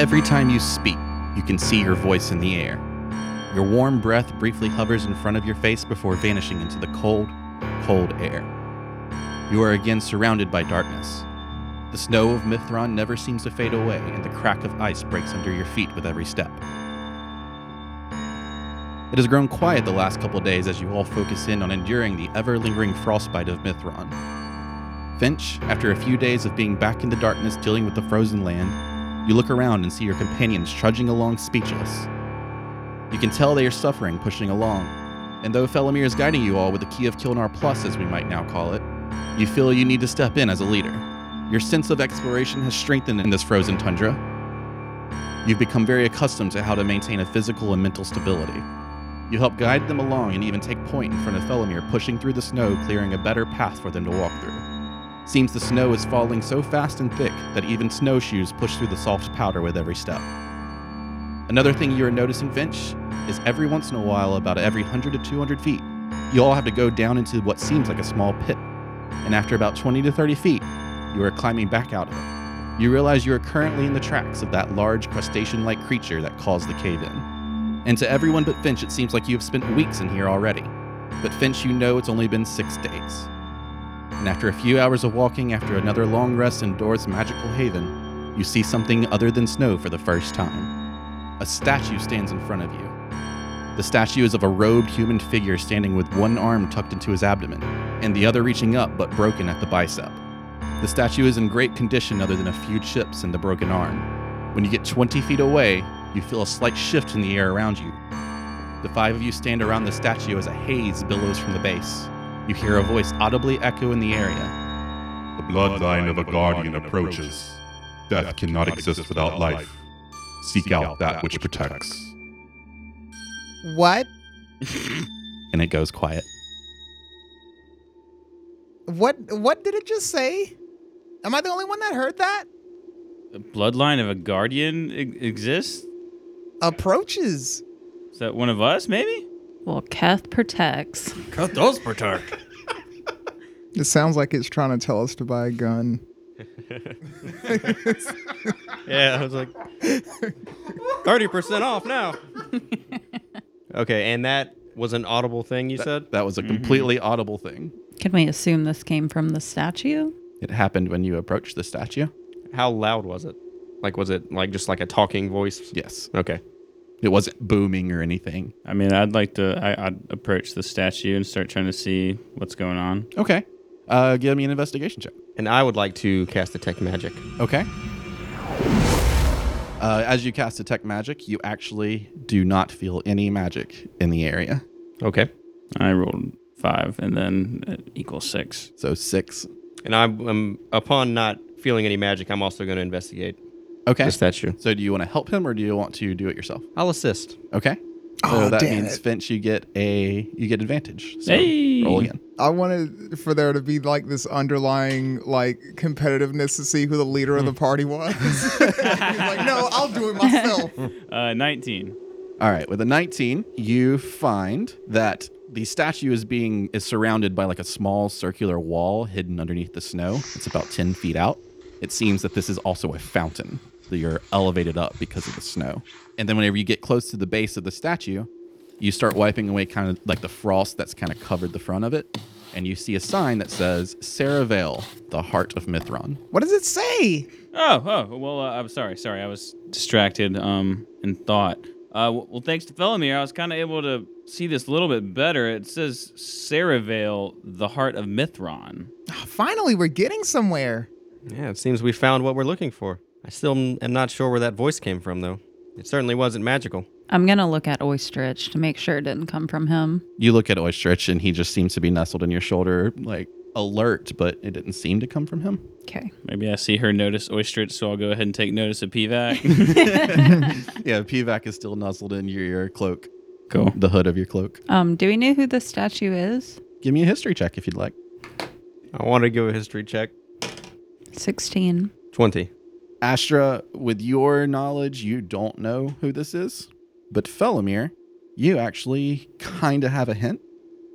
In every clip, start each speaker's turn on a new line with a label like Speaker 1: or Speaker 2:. Speaker 1: Every time you speak, you can see your voice in the air. Your warm breath briefly hovers in front of your face before vanishing into the cold, cold air. You are again surrounded by darkness. The snow of Mithron never seems to fade away, and the crack of ice breaks under your feet with every step. It has grown quiet the last couple days as you all focus in on enduring the ever lingering frostbite of Mithron. Finch, after a few days of being back in the darkness dealing with the frozen land, you look around and see your companions trudging along speechless. You can tell they are suffering pushing along, and though Felomir is guiding you all with the key of Kilnar Plus, as we might now call it, you feel you need to step in as a leader. Your sense of exploration has strengthened in this frozen tundra. You've become very accustomed to how to maintain a physical and mental stability. You help guide them along and even take point in front of Felomir, pushing through the snow, clearing a better path for them to walk through. Seems the snow is falling so fast and thick that even snowshoes push through the soft powder with every step. Another thing you are noticing, Finch, is every once in a while, about every 100 to 200 feet, you all have to go down into what seems like a small pit. And after about 20 to 30 feet, you are climbing back out of it. You realize you are currently in the tracks of that large crustacean like creature that caused the cave in. And to everyone but Finch, it seems like you have spent weeks in here already. But Finch, you know it's only been six days. And after a few hours of walking, after another long rest in Dor's magical haven, you see something other than snow for the first time. A statue stands in front of you. The statue is of a robed human figure standing with one arm tucked into his abdomen, and the other reaching up but broken at the bicep. The statue is in great condition other than a few chips and the broken arm. When you get 20 feet away, you feel a slight shift in the air around you. The five of you stand around the statue as a haze billows from the base. You hear a voice audibly echo in the area.
Speaker 2: The bloodline of a guardian approaches. Death cannot exist without life. Seek out that which protects.
Speaker 3: What?
Speaker 1: And it goes quiet.
Speaker 3: What? What did it just say? Am I the only one that heard that?
Speaker 4: The bloodline of a guardian e- exists?
Speaker 3: Approaches.
Speaker 4: Is that one of us, maybe?
Speaker 5: Well, Keth protects.
Speaker 4: Cut those perturb.
Speaker 3: It sounds like it's trying to tell us to buy a gun.
Speaker 6: Yeah, I was like, 30% off now. okay, and that was an audible thing you said? Mm-hmm.
Speaker 1: That was a completely audible thing.
Speaker 5: Can we assume this came from the statue?
Speaker 1: It happened when you approached the statue.
Speaker 6: How loud was it? Like, was it like just like a talking voice?
Speaker 1: Yes.
Speaker 6: Okay.
Speaker 1: It wasn't booming or anything.
Speaker 4: I mean, I'd like to. I, I'd approach the statue and start trying to see what's going on.
Speaker 1: Okay. Uh, give me an investigation check.
Speaker 6: And I would like to cast detect magic.
Speaker 1: Okay. Uh, as you cast detect magic, you actually do not feel any magic in the area.
Speaker 6: Okay.
Speaker 4: I rolled five, and then it equals six.
Speaker 1: So six.
Speaker 6: And I'm, um upon not feeling any magic, I'm also going to investigate
Speaker 1: Okay.
Speaker 6: the statue.
Speaker 1: So do you want to help him or do you want to do it yourself?
Speaker 6: I'll assist.
Speaker 1: Okay.
Speaker 3: Oh,
Speaker 1: so that
Speaker 3: damn
Speaker 1: means
Speaker 3: it.
Speaker 1: Finch, you get a you get advantage. So
Speaker 4: Hey!
Speaker 1: roll again.
Speaker 3: I wanted for there to be like this underlying like competitiveness to see who the leader of the party was. He's like, no, Oh, I'll do it myself.
Speaker 4: Uh, Nineteen.
Speaker 1: All right, with a 19, you find that the statue is being is surrounded by like a small circular wall hidden underneath the snow. It's about 10 feet out. It seems that this is also a fountain that you're elevated up because of the snow. And then whenever you get close to the base of the statue, you start wiping away kind of like the frost that's kind of covered the front of it, and you see a sign that says Saravale, the heart of Mithron.
Speaker 3: What does it say?
Speaker 4: Oh, oh. Well, uh, I'm sorry. Sorry, I was distracted. Um, in thought. Uh, w- well, thanks to Felomir, I was kind of able to see this a little bit better. It says Saravale, the heart of Mithron.
Speaker 3: Finally, we're getting somewhere.
Speaker 6: Yeah, it seems we found what we're looking for. I still am- am not sure where that voice came from, though. It certainly wasn't magical.
Speaker 5: I'm gonna look at Oysterich to make sure it didn't come from him.
Speaker 1: You look at Oystrich and he just seems to be nestled in your shoulder, like alert, but it didn't seem to come from him.
Speaker 5: Okay.
Speaker 4: Maybe I see her notice Oystrich, so I'll go ahead and take notice of PVAC.
Speaker 1: Yeah, PVAC is still nuzzled in your, your cloak,
Speaker 4: cool.
Speaker 1: the hood of your cloak.
Speaker 5: Um, do we know who the statue is?
Speaker 1: Give me a history check if you'd like.
Speaker 6: I want to give a history check.
Speaker 5: Sixteen.
Speaker 6: 20.
Speaker 1: Astra, with your knowledge, you don't know who this is, but Felomir, you actually kind of have a hint.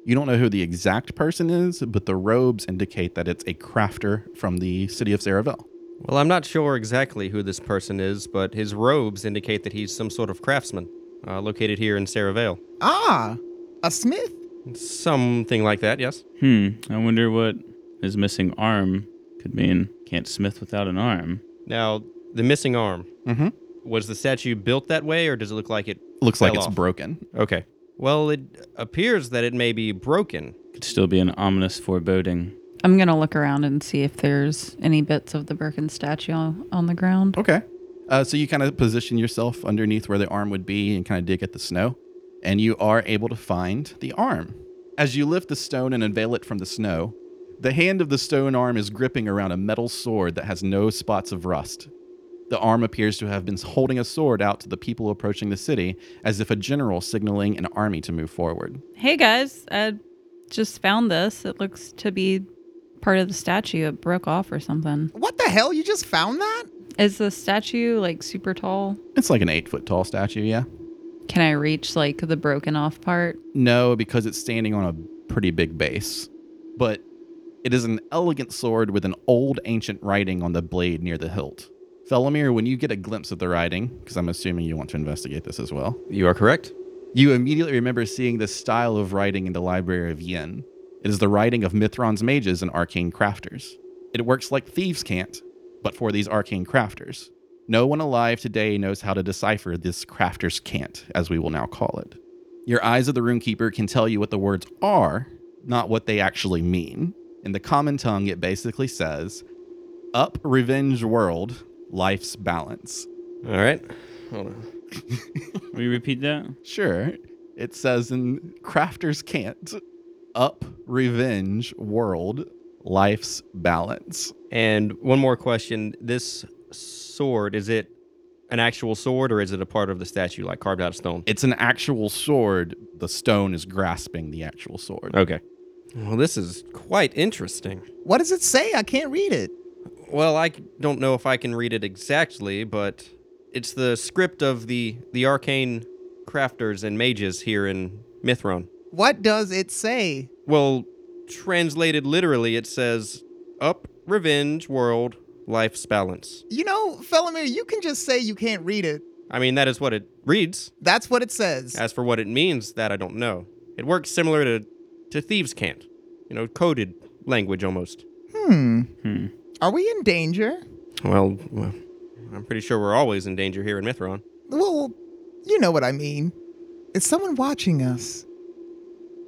Speaker 1: You don't know who the exact person is, but the robes indicate that it's a crafter from the city of Saravel.
Speaker 6: Well, I'm not sure exactly who this person is, but his robes indicate that he's some sort of craftsman uh, located here in Sarah Vale.
Speaker 3: Ah, a smith.
Speaker 6: Something like that, yes?
Speaker 4: Hmm. I wonder what his missing arm could mean. Can't smith without an arm.
Speaker 6: Now, the missing arm.
Speaker 1: Mhm.
Speaker 6: Was the statue built that way, or does it look like it?
Speaker 1: Looks like
Speaker 6: Fell
Speaker 1: it's
Speaker 6: off.
Speaker 1: broken.
Speaker 6: Okay. Well, it appears that it may be broken.
Speaker 4: Could still be an ominous foreboding.
Speaker 5: I'm going to look around and see if there's any bits of the Birkin statue on, on the ground.
Speaker 1: Okay. Uh, so you kind of position yourself underneath where the arm would be and kind of dig at the snow, and you are able to find the arm. As you lift the stone and unveil it from the snow, the hand of the stone arm is gripping around a metal sword that has no spots of rust. The arm appears to have been holding a sword out to the people approaching the city as if a general signaling an army to move forward.
Speaker 5: Hey guys, I just found this. It looks to be part of the statue. It broke off or something.
Speaker 3: What the hell? You just found that?
Speaker 5: Is the statue like super tall?
Speaker 1: It's like an eight foot tall statue, yeah?
Speaker 5: Can I reach like the broken off part?
Speaker 1: No, because it's standing on a pretty big base. But it is an elegant sword with an old ancient writing on the blade near the hilt. Felomir, when you get a glimpse of the writing, because I'm assuming you want to investigate this as well,
Speaker 6: You are correct.
Speaker 1: you immediately remember seeing this style of writing in the Library of Yin. It is the writing of Mithron's mages and arcane crafters. It works like thieves can't, but for these arcane crafters. No one alive today knows how to decipher this crafter's can't, as we will now call it. Your eyes of the runekeeper can tell you what the words are, not what they actually mean. In the common tongue, it basically says, Up revenge world, life's balance.
Speaker 6: All right. Hold on.
Speaker 4: Will you repeat that?
Speaker 1: Sure. It says in Crafter's Cant, up, revenge, world, life's balance.
Speaker 6: And one more question. This sword, is it an actual sword or is it a part of the statue, like carved out of stone?
Speaker 1: It's an actual sword. The stone is grasping the actual sword.
Speaker 6: Okay. Well, this is quite interesting.
Speaker 3: What does it say? I can't read it.
Speaker 6: Well, I c- don't know if I can read it exactly, but it's the script of the the arcane crafters and mages here in Mithron.
Speaker 3: What does it say?
Speaker 6: Well, translated literally, it says up revenge world life's balance.
Speaker 3: You know, Felomir, you can just say you can't read it.
Speaker 6: I mean, that is what it reads.
Speaker 3: That's what it says.
Speaker 6: As for what it means, that I don't know. It works similar to to thieves' cant, you know, coded language almost.
Speaker 3: hmm.
Speaker 4: Hmm.
Speaker 3: Are we in danger?
Speaker 6: Well, well, I'm pretty sure we're always in danger here in Mithron.
Speaker 3: Well, you know what I mean. Is someone watching us?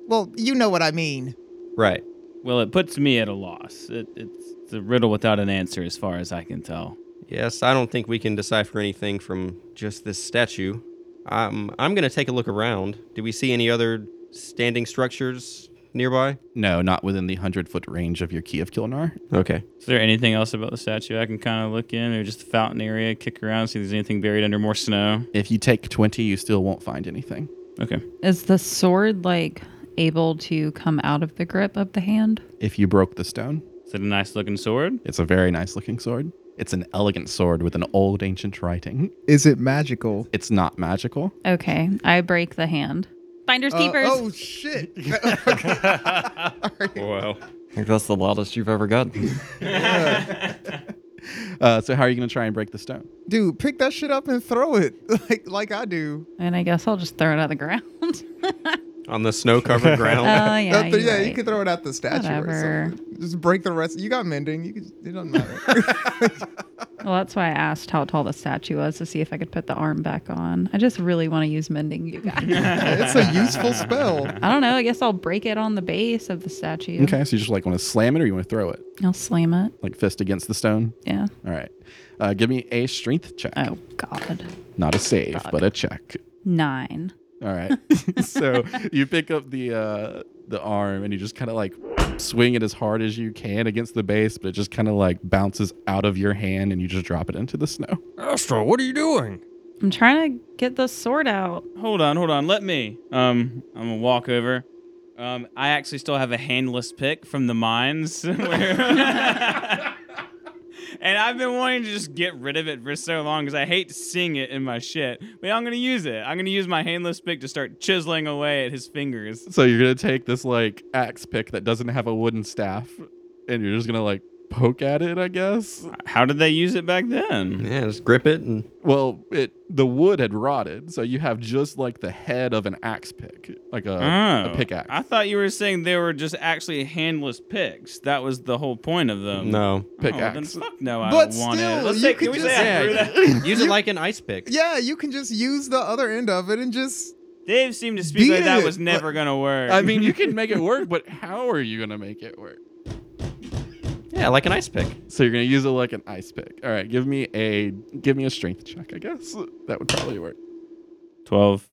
Speaker 3: Well, you know what I mean.
Speaker 6: Right.
Speaker 4: Well, it puts me at a loss. It, it's, it's a riddle without an answer, as far as I can tell.
Speaker 6: Yes, I don't think we can decipher anything from just this statue. Um, I'm going to take a look around. Do we see any other standing structures nearby?
Speaker 1: No, not within the 100 foot range of your Key of Kilnar.
Speaker 6: Okay.
Speaker 4: Is there anything else about the statue I can kind of look in, or just the fountain area, kick around, see if there's anything buried under more snow?
Speaker 1: If you take 20, you still won't find anything.
Speaker 4: Okay.
Speaker 5: Is the sword like able to come out of the grip of the hand?
Speaker 1: If you broke the stone,
Speaker 4: Is it a nice looking sword?
Speaker 1: it's a very nice looking sword. It's an elegant sword with an old ancient writing.
Speaker 3: Is it magical?
Speaker 1: It's not magical.
Speaker 5: Okay, I break the hand. Finders keepers.
Speaker 3: oh shit!
Speaker 6: Well,
Speaker 7: I think that's the loudest you've ever gotten.
Speaker 1: Uh, so, how are you going to try and break the stone?
Speaker 3: Dude, pick that shit up and throw it like like I do.
Speaker 5: And I guess I'll just throw it on the ground.
Speaker 6: on the snow covered
Speaker 5: Oh
Speaker 6: ground.
Speaker 5: yeah,
Speaker 3: Uh, th-
Speaker 5: you're
Speaker 3: yeah, you
Speaker 5: right.
Speaker 3: could throw it at the statue or
Speaker 5: Whatever.
Speaker 3: something. Just break the rest. You got mending. You could, it doesn't matter.
Speaker 5: Well, that's why I asked how tall the statue was to see if I could put the arm back on. I just really want to use mending, you guys.
Speaker 3: it's a useful spell.
Speaker 5: I don't know. I guess I'll break it on the base of the statue.
Speaker 1: Okay, so you just like want to slam it or you want to throw it?
Speaker 5: I'll slam it.
Speaker 1: Like fist against the stone?
Speaker 5: Yeah.
Speaker 1: All right. Uh, give me a strength check.
Speaker 5: Oh God.
Speaker 1: Not a save,
Speaker 5: Fuck.
Speaker 1: but a check.
Speaker 5: Nine.
Speaker 1: All right. so you pick up the uh, the arm and you just kind of like swing it as hard as you can against the base, but it just kind of like bounces out of your hand and you just drop it into the snow.
Speaker 7: Astro, what are you doing?
Speaker 5: I'm trying to get the sword out.
Speaker 4: Hold on, hold on. Let me. Um, I'm gonna walk over. Um, I actually still have a handless pick from the mines, where- and I've been wanting to just get rid of it for so long because I hate seeing it in my shit. But I'm gonna use it. I'm gonna use my handless pick to start chiseling away at his fingers.
Speaker 1: So you're gonna take this like axe pick that doesn't have a wooden staff, and you're just gonna like poke at it, I guess.
Speaker 4: How did they use it back then?
Speaker 6: Yeah, just grip it and
Speaker 1: Well, it the wood had rotted, so you have just like the head of an axe pick, like a,
Speaker 4: Oh.
Speaker 1: uh, a pickaxe.
Speaker 4: I thought you were saying they were just actually handless picks. That was the whole point of them. Oh,
Speaker 6: no.
Speaker 4: then
Speaker 1: pickaxe.
Speaker 4: fuck no, I
Speaker 3: But
Speaker 4: don't want
Speaker 3: still,
Speaker 4: it. Let's
Speaker 3: you
Speaker 4: take,
Speaker 3: could
Speaker 4: can we
Speaker 3: just-
Speaker 4: say I threw
Speaker 1: Yeah.
Speaker 4: that?
Speaker 6: Use it like an ice pick.
Speaker 3: Yeah, you can just use the other end of it and just.
Speaker 4: Dave seemed to speak
Speaker 3: Beat
Speaker 4: like that
Speaker 3: it.
Speaker 4: was never gonna work.
Speaker 1: I mean, you can make it work, but how are you gonna make it work?
Speaker 6: Yeah, like an ice pick.
Speaker 1: So you're gonna use it like an ice pick. All right, give me a give me a strength check. I guess that would probably work.
Speaker 4: twelve.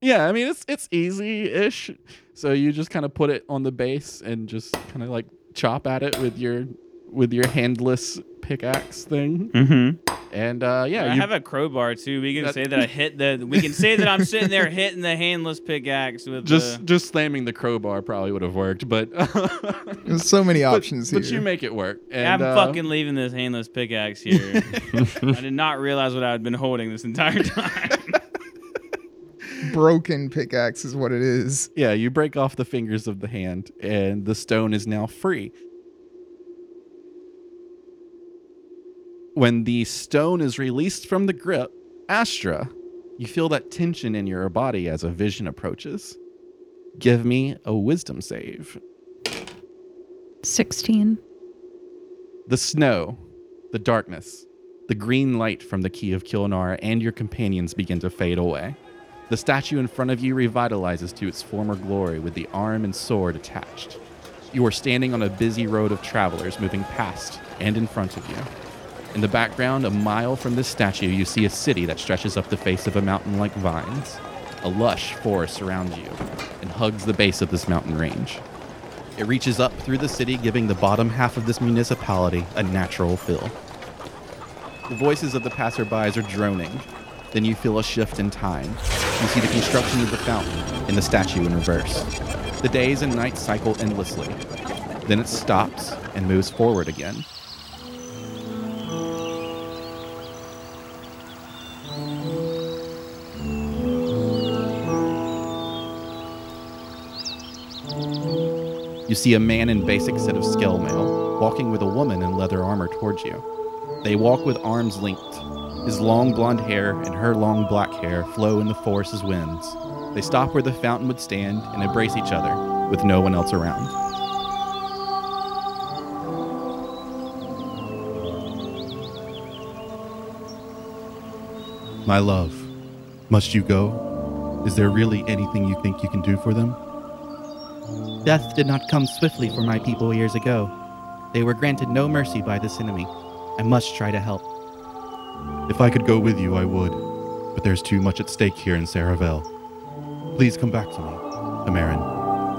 Speaker 1: Yeah, I mean it's it's easy ish. So you just kind of put it on the base and just kind of like chop at it with your with your handless pickaxe thing.
Speaker 4: Mm-hmm.
Speaker 1: And uh, yeah,
Speaker 4: I
Speaker 1: you,
Speaker 4: have a crowbar too. We can
Speaker 1: That-
Speaker 4: say that I hit the. We can say that I'm sitting there hitting the handless pickaxe with
Speaker 1: just
Speaker 4: the.
Speaker 1: just slamming the crowbar probably would have worked, but
Speaker 3: There's so many
Speaker 1: but,
Speaker 3: options
Speaker 1: but
Speaker 3: here.
Speaker 1: you make it work. And,
Speaker 4: I'm
Speaker 1: uh,
Speaker 4: fucking leaving this handless pickaxe here. I did not realize what I had been holding this entire time.
Speaker 3: Broken pickaxe is what it is.
Speaker 1: Yeah, you break off the fingers of the hand, and the stone is now free. When the stone is released from the grip, Astra, you feel that tension in your body as a vision approaches. Give me a wisdom save.
Speaker 5: 16.
Speaker 1: The snow, the darkness, the green light from the key of Kilnar and your companions begin to fade away. The statue in front of you revitalizes to its former glory with the arm and sword attached. You are standing on a busy road of travelers moving past and in front of you. In the background, a mile from this statue, you see a city that stretches up the face of a mountain like vines. A lush forest surrounds you and hugs the base of this mountain range. It reaches up through the city, giving the bottom half of this municipality a natural fill. The voices of the passerbys are droning. Then you feel a shift in time. You see the construction of the fountain and the statue in reverse. The days and nights cycle endlessly. Then it stops and moves forward again. You see a man in basic set of scale mail walking with a woman in leather armor towards you. They walk with arms linked. His long blonde hair and her long black hair flow in the forest's winds. They stop where the fountain would stand and embrace each other with no one else around. My love, must you go? Is there really anything you think you can do for them? Death did not come swiftly for my people years ago. They were granted no mercy by this enemy. I must try to help.
Speaker 8: If I could go with you, I would. But there's too much at stake here in Saravel. Please come back to me, Amarin.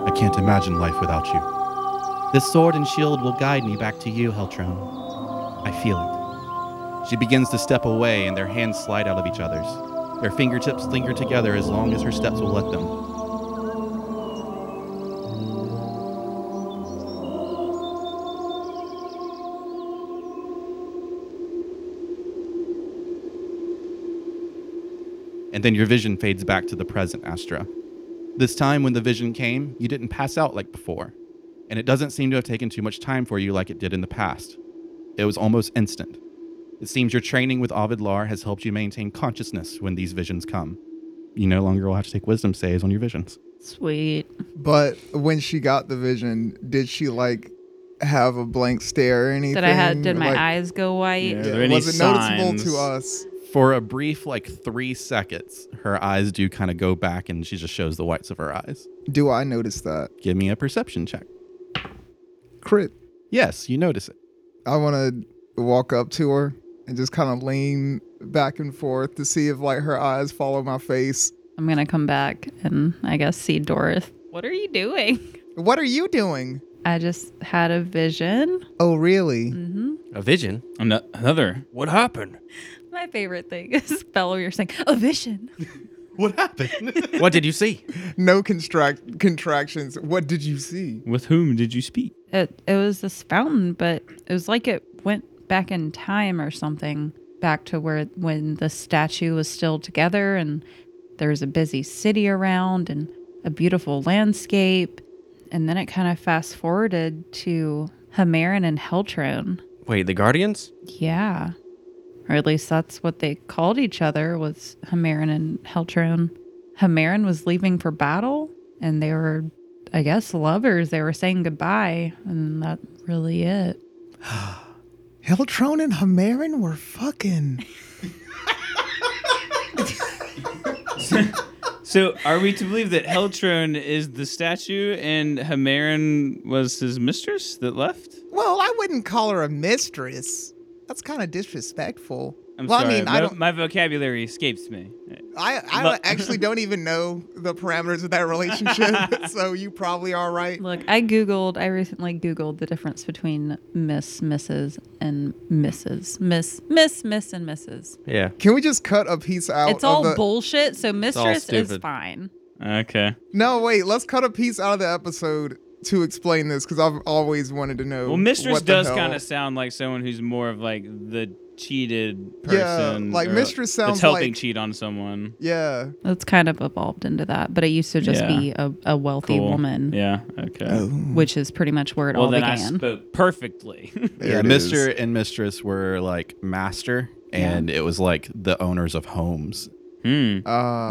Speaker 8: I can't imagine life without you.
Speaker 1: This sword and shield will guide me back to you, Heltron. I feel it. She begins to step away, and their hands slide out of each other's. Their fingertips linger together as long as her steps will let them. And then your vision fades back to the present, Astra. This time, when the vision came, you didn't pass out like before, and it doesn't seem to have taken too much time for you like it did in the past. It was almost instant. It seems your training with Ovid Lar has helped you maintain consciousness when these visions come. You no longer will have to take wisdom saves on your visions.
Speaker 5: Sweet.
Speaker 3: But when she got the vision, did she like have a blank stare or anything?
Speaker 5: Did I had did my
Speaker 3: Like,
Speaker 5: eyes go white?
Speaker 4: Are
Speaker 3: yeah,
Speaker 4: there any
Speaker 3: was it noticeable
Speaker 4: signs?
Speaker 3: to us?
Speaker 1: For a brief, like three seconds, her eyes do kind of go back and she just shows the whites of her eyes.
Speaker 3: Do I notice that?
Speaker 1: Give me a perception check.
Speaker 3: Crit.
Speaker 1: Yes, you notice it.
Speaker 3: I want to walk up to her and just kind of lean back and forth to see if like her eyes follow my face.
Speaker 5: I'm gonna come back and I guess see Doris. What are you doing?
Speaker 3: What are you doing?
Speaker 5: I just had a vision.
Speaker 3: Oh, really?
Speaker 6: A vision.
Speaker 4: Ano- Another.
Speaker 7: What happened?
Speaker 5: My favorite thing is Bella. You're saying a vision.
Speaker 8: What happened?
Speaker 6: What did you see?
Speaker 3: No contract contractions. What did you see?
Speaker 4: With whom did you speak?
Speaker 5: It it was this fountain, but it was like it went back in time or something, back to where when the statue was still together and there was a busy city around and a beautiful landscape. And then it kind of fast forwarded to Hamarin and Heltron.
Speaker 6: Wait, the Guardians?
Speaker 5: Yeah. Or at least that's what they called each other was Hamarin and Heltron. Hamarin was leaving for battle and they were I guess lovers. They were saying goodbye and that really it.
Speaker 3: Heltron and Hamarin were fucking.
Speaker 4: So, are we to believe that Heltron is the statue and Hamarin was his mistress that left?
Speaker 3: Well, I wouldn't call her a mistress. That's kind of disrespectful.
Speaker 4: I'm
Speaker 3: well,
Speaker 4: sorry,
Speaker 3: I mean,
Speaker 4: my,
Speaker 3: I don't.
Speaker 4: my vocabulary escapes me.
Speaker 3: I, I
Speaker 4: Lo-
Speaker 3: actually don't even know the parameters of that relationship, so you probably are right.
Speaker 5: Look, I googled. I recently googled the difference between Miss, Mrs, and Mrs. Miss, Miss, Miss, and Mrs.
Speaker 6: Yeah.
Speaker 3: Can we just cut a piece out?
Speaker 5: It's all
Speaker 3: of the-
Speaker 5: bullshit. So
Speaker 6: all
Speaker 5: mistress is
Speaker 6: stupid.
Speaker 5: fine.
Speaker 4: Okay.
Speaker 3: No, wait. Let's cut a piece out of the episode to explain this because I've always wanted to know.
Speaker 4: Well, mistress
Speaker 3: what the
Speaker 4: does
Speaker 3: hell-
Speaker 4: kind of sound like someone who's more of like the cheated
Speaker 3: Yeah,
Speaker 4: person.
Speaker 3: like
Speaker 4: or
Speaker 3: mistress sounds
Speaker 4: that's helping
Speaker 3: like-
Speaker 4: cheat on someone.
Speaker 3: Yeah.
Speaker 5: It's kind of evolved into that, but it used to just
Speaker 4: Yeah.
Speaker 5: be a, a wealthy
Speaker 4: Cool.
Speaker 5: woman,
Speaker 4: Yeah. Okay.
Speaker 3: Oh.
Speaker 5: which is pretty much where it
Speaker 4: well,
Speaker 5: all
Speaker 4: then I
Speaker 5: began.
Speaker 4: spoke perfectly.
Speaker 1: yeah,
Speaker 3: There it is.
Speaker 1: Mister and Mistress were like master, and it was like the owners of homes.
Speaker 3: Uh,
Speaker 4: hmm.
Speaker 5: And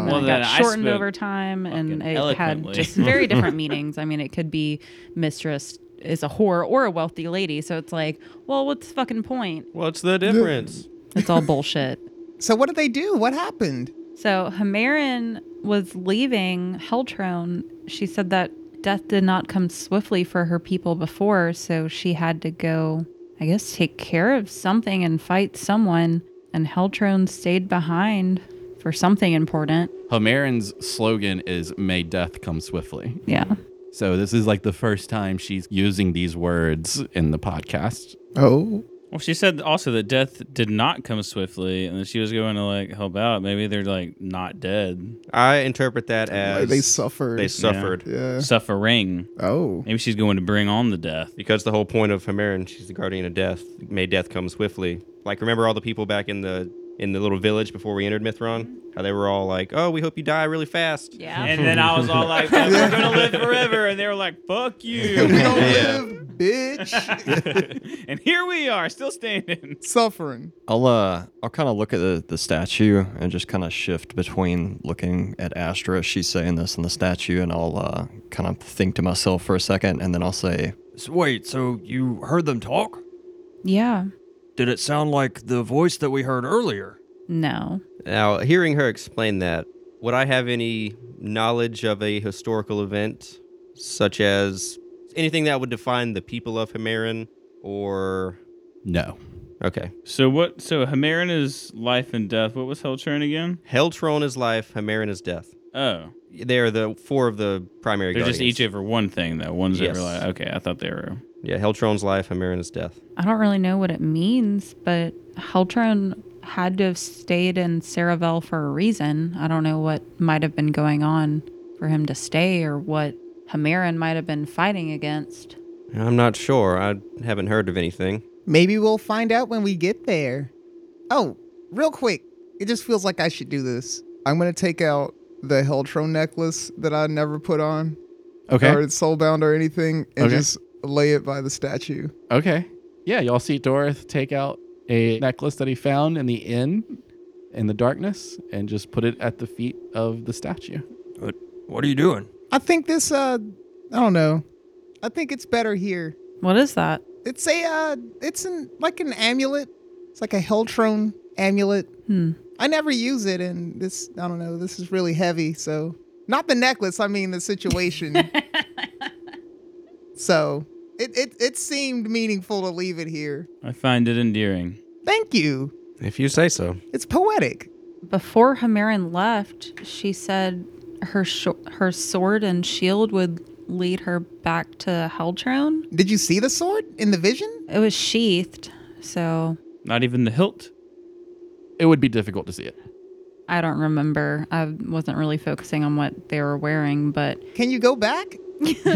Speaker 4: Well,
Speaker 5: it
Speaker 4: then
Speaker 5: got
Speaker 4: I
Speaker 5: shortened
Speaker 4: spoke
Speaker 5: over time, and
Speaker 4: fucking
Speaker 5: it
Speaker 4: eloquently.
Speaker 5: had just very different meanings. I mean, it could be mistress is a whore or a wealthy lady. So it's like, well, what's the fucking point?
Speaker 6: What's the difference?
Speaker 5: It's all bullshit.
Speaker 3: so what did they do? What happened?
Speaker 5: So Hamarin was leaving Heltron. She said that death did not come swiftly for her people before, so she had to go, I guess, take care of something and fight someone. And Heltron stayed behind for something important.
Speaker 1: Homarin's slogan is "May death come swiftly."
Speaker 5: Yeah.
Speaker 1: So this is like the first time she's using these words in the podcast.
Speaker 3: Oh.
Speaker 4: Well, she said also that death did not come swiftly, and that she was going to like help out. Maybe they're like not dead,
Speaker 6: I interpret that as
Speaker 3: they suffered.
Speaker 6: they suffered.
Speaker 3: yeah.
Speaker 4: suffering.
Speaker 3: Oh.
Speaker 4: Maybe she's going to bring on the death.
Speaker 6: Because the whole point of Hamarin, she's the guardian of death. May death come swiftly. Like remember all the people back in the in the little village before we entered Mithron? How they were all like, "Oh, we hope you die really fast."
Speaker 5: Yeah.
Speaker 4: And then I was all like, "Well, "We're going to live forever," and they were like, "Fuck
Speaker 3: we
Speaker 4: you."
Speaker 3: don't live, bitch.
Speaker 4: and here we are, still standing.
Speaker 3: Suffering.
Speaker 7: I'll uh, I'll kind of look at the, the statue and just kind of shift between looking at Astra. She's saying this in the statue, and I'll uh, kind of think to myself for a second, and then I'll say, so "Wait, so you heard them talk?
Speaker 5: Yeah.
Speaker 7: Did it sound like the voice that we heard earlier?"
Speaker 5: No.
Speaker 6: Now, hearing her explain that, would I have any knowledge of a historical event, such as anything that would define the people of Hamarin, or
Speaker 1: No,
Speaker 6: okay,
Speaker 4: So what? So Hamarin is life and death. What was Heltron again?
Speaker 6: Heltron is life, Hamarin is death.
Speaker 4: Oh,
Speaker 6: They are the four of the primary.
Speaker 4: they're just
Speaker 6: guardians.
Speaker 4: each over one thing though. One's
Speaker 6: Yes.
Speaker 4: over like, okay, I thought they were.
Speaker 6: Yeah, Heltron's life, Hamarin is death.
Speaker 5: I don't really know what it means, but Heltron had to have stayed in Saravel for a reason. I don't know what might have been going on for him to stay or what Hamarin might have been fighting against.
Speaker 6: I'm not sure. I haven't heard of anything.
Speaker 3: Maybe we'll find out when we get there. Oh, real quick. It just feels like I should do this. I'm going to take out the Heltron necklace that I never put on.
Speaker 1: Okay.
Speaker 3: Or it's soulbound or anything and
Speaker 1: Okay.
Speaker 3: just lay it by the statue.
Speaker 1: Okay. Yeah, y'all see Doroth take out a necklace that he found in the inn in the darkness and just put it at the feet of the statue.
Speaker 7: What are you doing?
Speaker 3: I think this, uh, I don't know. I think it's better here.
Speaker 5: What is that?
Speaker 3: It's a, uh, it's an, like an amulet. It's like a Heltron amulet.
Speaker 5: Hmm.
Speaker 3: I never use it, and this I don't know. This is really heavy, so not the necklace. I mean the situation. so it, it it seemed meaningful to leave it here.
Speaker 4: I find it endearing.
Speaker 3: Thank you.
Speaker 6: If you say so.
Speaker 3: It's poetic.
Speaker 5: Before Hamarin left, she said her sh- her sword and shield would lead her back to Heltron.
Speaker 3: Did you see the sword in the vision?
Speaker 5: It was sheathed, so
Speaker 4: Not even the hilt.
Speaker 1: It would be difficult to see it.
Speaker 5: I don't remember. I wasn't really focusing on what they were wearing, but
Speaker 3: Can you go back?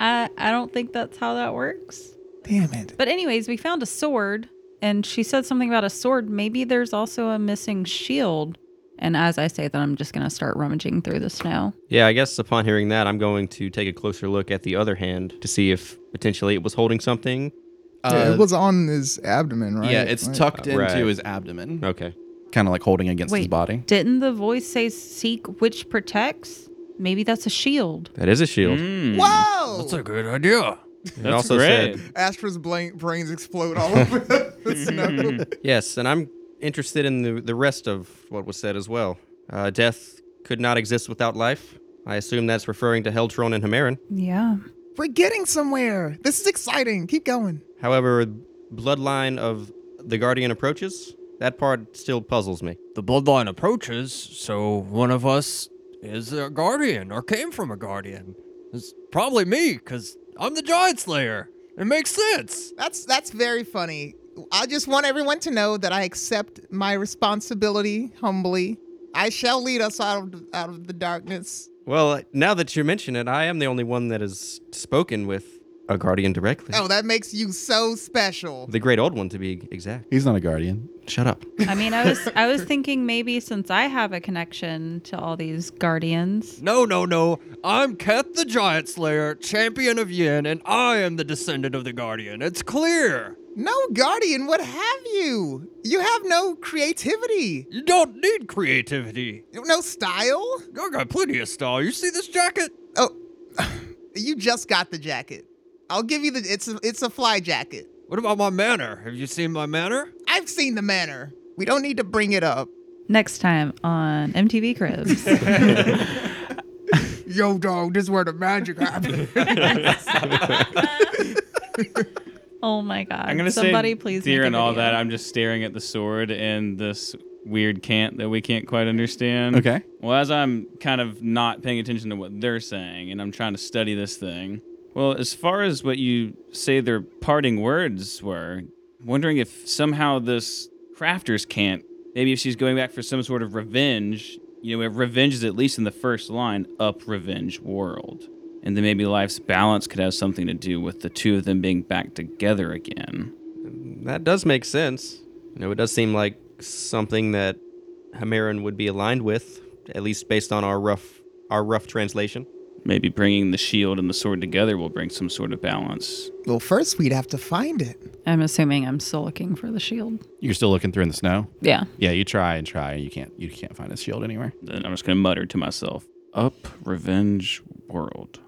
Speaker 5: I I don't think that's how that works.
Speaker 3: Damn it.
Speaker 5: But anyways, we found a sword and she said something about a sword. Maybe there's also a missing shield. And as I say that, I'm just going to start rummaging through the snow.
Speaker 6: Yeah, I guess upon hearing that, I'm going to take a closer look at the other hand to see if potentially it was holding something.
Speaker 3: yeah,
Speaker 1: Uh,
Speaker 3: it was on his abdomen, right?
Speaker 1: Yeah, it's
Speaker 3: Like-
Speaker 1: tucked into
Speaker 6: Right.
Speaker 1: his abdomen,
Speaker 6: Okay.
Speaker 1: kind of like holding against his
Speaker 5: Wait.
Speaker 1: body.
Speaker 5: Didn't the voice say seek which protects? Maybe that's a shield.
Speaker 6: That is a shield.
Speaker 4: Mm,
Speaker 3: Whoa!
Speaker 7: good idea.
Speaker 4: that's
Speaker 6: also
Speaker 4: great.
Speaker 3: Astra's blank brains explode all over the snow.
Speaker 6: Yes, and I'm interested in the, the rest of what was said as well. Uh, death could not exist without life. I assume that's referring to Heltron and Hamarin.
Speaker 5: Yeah.
Speaker 3: We're getting somewhere. This is exciting. Keep going.
Speaker 6: However, bloodline of the Guardian approaches. That part still puzzles me.
Speaker 7: The bloodline approaches, so one of us is a guardian or came from a guardian. It's probably me, because I'm the Giant Slayer. It makes sense.
Speaker 3: That's that's very funny. I just want everyone to know that I accept my responsibility humbly. I shall lead us out of out of the darkness.
Speaker 6: Well, now that you mention it, I am the only one that has spoken with a guardian directly.
Speaker 3: Oh, that makes you so special.
Speaker 6: The great old one, to be exact.
Speaker 1: He's not a guardian.
Speaker 6: Shut up.
Speaker 5: I mean, I was I was thinking maybe since I have a connection to all these guardians.
Speaker 7: No, no, no. I'm Keth the Giant Slayer, champion of Yin, and I am the descendant of the guardian. It's clear.
Speaker 3: No guardian, what have you? You have no creativity,
Speaker 7: You don't need creativity.
Speaker 3: no style.
Speaker 7: I got plenty of style. You see this jacket?
Speaker 3: Oh, you just got the jacket. I'll give you the. It's a, it's a fly jacket.
Speaker 7: What about my manner? Have you seen my manner?
Speaker 3: I've seen the manner. We don't need to bring it up.
Speaker 5: Next time on MTV Cribs.
Speaker 3: Yo, dog, this is where the magic happens.
Speaker 5: oh my god.
Speaker 4: I'm gonna
Speaker 5: Somebody
Speaker 4: say
Speaker 5: please
Speaker 4: deer
Speaker 5: make a
Speaker 4: and all
Speaker 5: video.
Speaker 4: that. I'm just staring at the sword and this weird cant that we can't quite understand.
Speaker 1: Okay.
Speaker 4: Well, as I'm kind of not paying attention to what they're saying and I'm trying to study this thing. Well, as far as what you say their parting words were, wondering if somehow this crafter's cant, maybe if she's going back for some sort of revenge, you know, if revenge is at least in the first line, up revenge world. And then maybe life's balance could have something to do with the two of them being back together again.
Speaker 6: That does make sense. You know, it does seem like something that Hamarin would be aligned with, at least based on our rough our rough translation.
Speaker 4: Maybe bringing the shield and the sword together will bring some sort of balance.
Speaker 3: well, first we'd have to find it.
Speaker 5: I'm assuming I'm still looking for the shield.
Speaker 1: You're still looking through in the snow.
Speaker 5: Yeah.
Speaker 1: Yeah, you try and try, and you can't you can't find his shield anywhere.
Speaker 4: Then I'm just going to mutter to myself, up revenge world.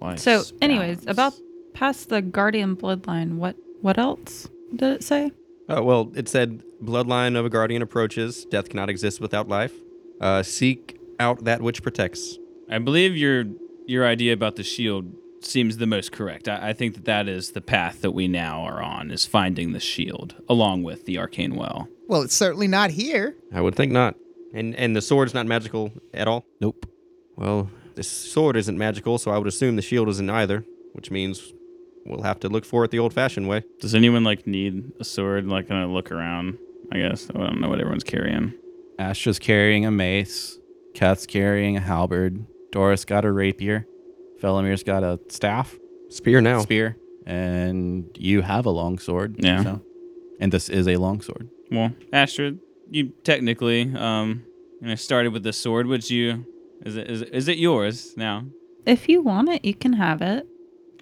Speaker 4: Life's
Speaker 5: So, anyways,
Speaker 4: balance."
Speaker 5: about past the guardian bloodline, what what else did it say?
Speaker 6: Oh, well, it said bloodline of a guardian approaches. Death cannot exist without life. Uh, seek out that which protects.
Speaker 4: I believe your your idea about the shield seems the most correct. I, I think that that is the path that we now are on is finding the shield along with the arcane well.
Speaker 3: Well, it's certainly not here.
Speaker 6: I would think not. And and the sword's not magical at all.
Speaker 1: Nope.
Speaker 6: Well, the sword isn't magical, so I would assume the shield isn't either, which means we'll have to look for it the old-fashioned way.
Speaker 4: Does anyone like need a sword? Like, can I look around? I guess I don't know what everyone's carrying.
Speaker 1: Astra's carrying a mace. Kath's carrying a halberd. Doris got a rapier. Felomir's got a staff,
Speaker 6: Spear now.
Speaker 1: spear, and you have a long sword.
Speaker 4: Yeah.
Speaker 1: so- And this is a long sword.
Speaker 4: Well, Astra, you technically, um, you know, started with the sword. Would you? Is it is, it- is it yours now?
Speaker 5: If you want it, you can have it.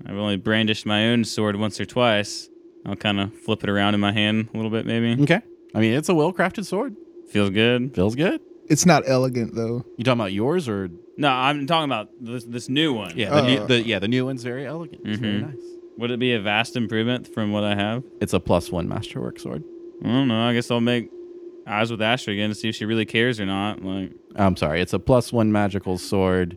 Speaker 4: I've only brandished my own sword once or twice. I'll kind of flip it around in my hand a little bit, maybe.
Speaker 1: Okay. I mean, it's a well crafted sword.
Speaker 4: Feels good.
Speaker 1: Feels good.
Speaker 3: It's not elegant though.
Speaker 1: You talking about yours or
Speaker 4: No, I'm talking about this, this new one.
Speaker 1: yeah? The,
Speaker 3: Uh.
Speaker 1: new, the yeah, the new one's very elegant. It's very
Speaker 4: Mhm.
Speaker 1: nice.
Speaker 4: Would it be a vast improvement from what I have?
Speaker 1: It's a plus one masterwork sword.
Speaker 4: I don't know. I guess I'll make eyes with Astra again to see if she really cares or not. Like
Speaker 1: I'm sorry, it's a plus one magical sword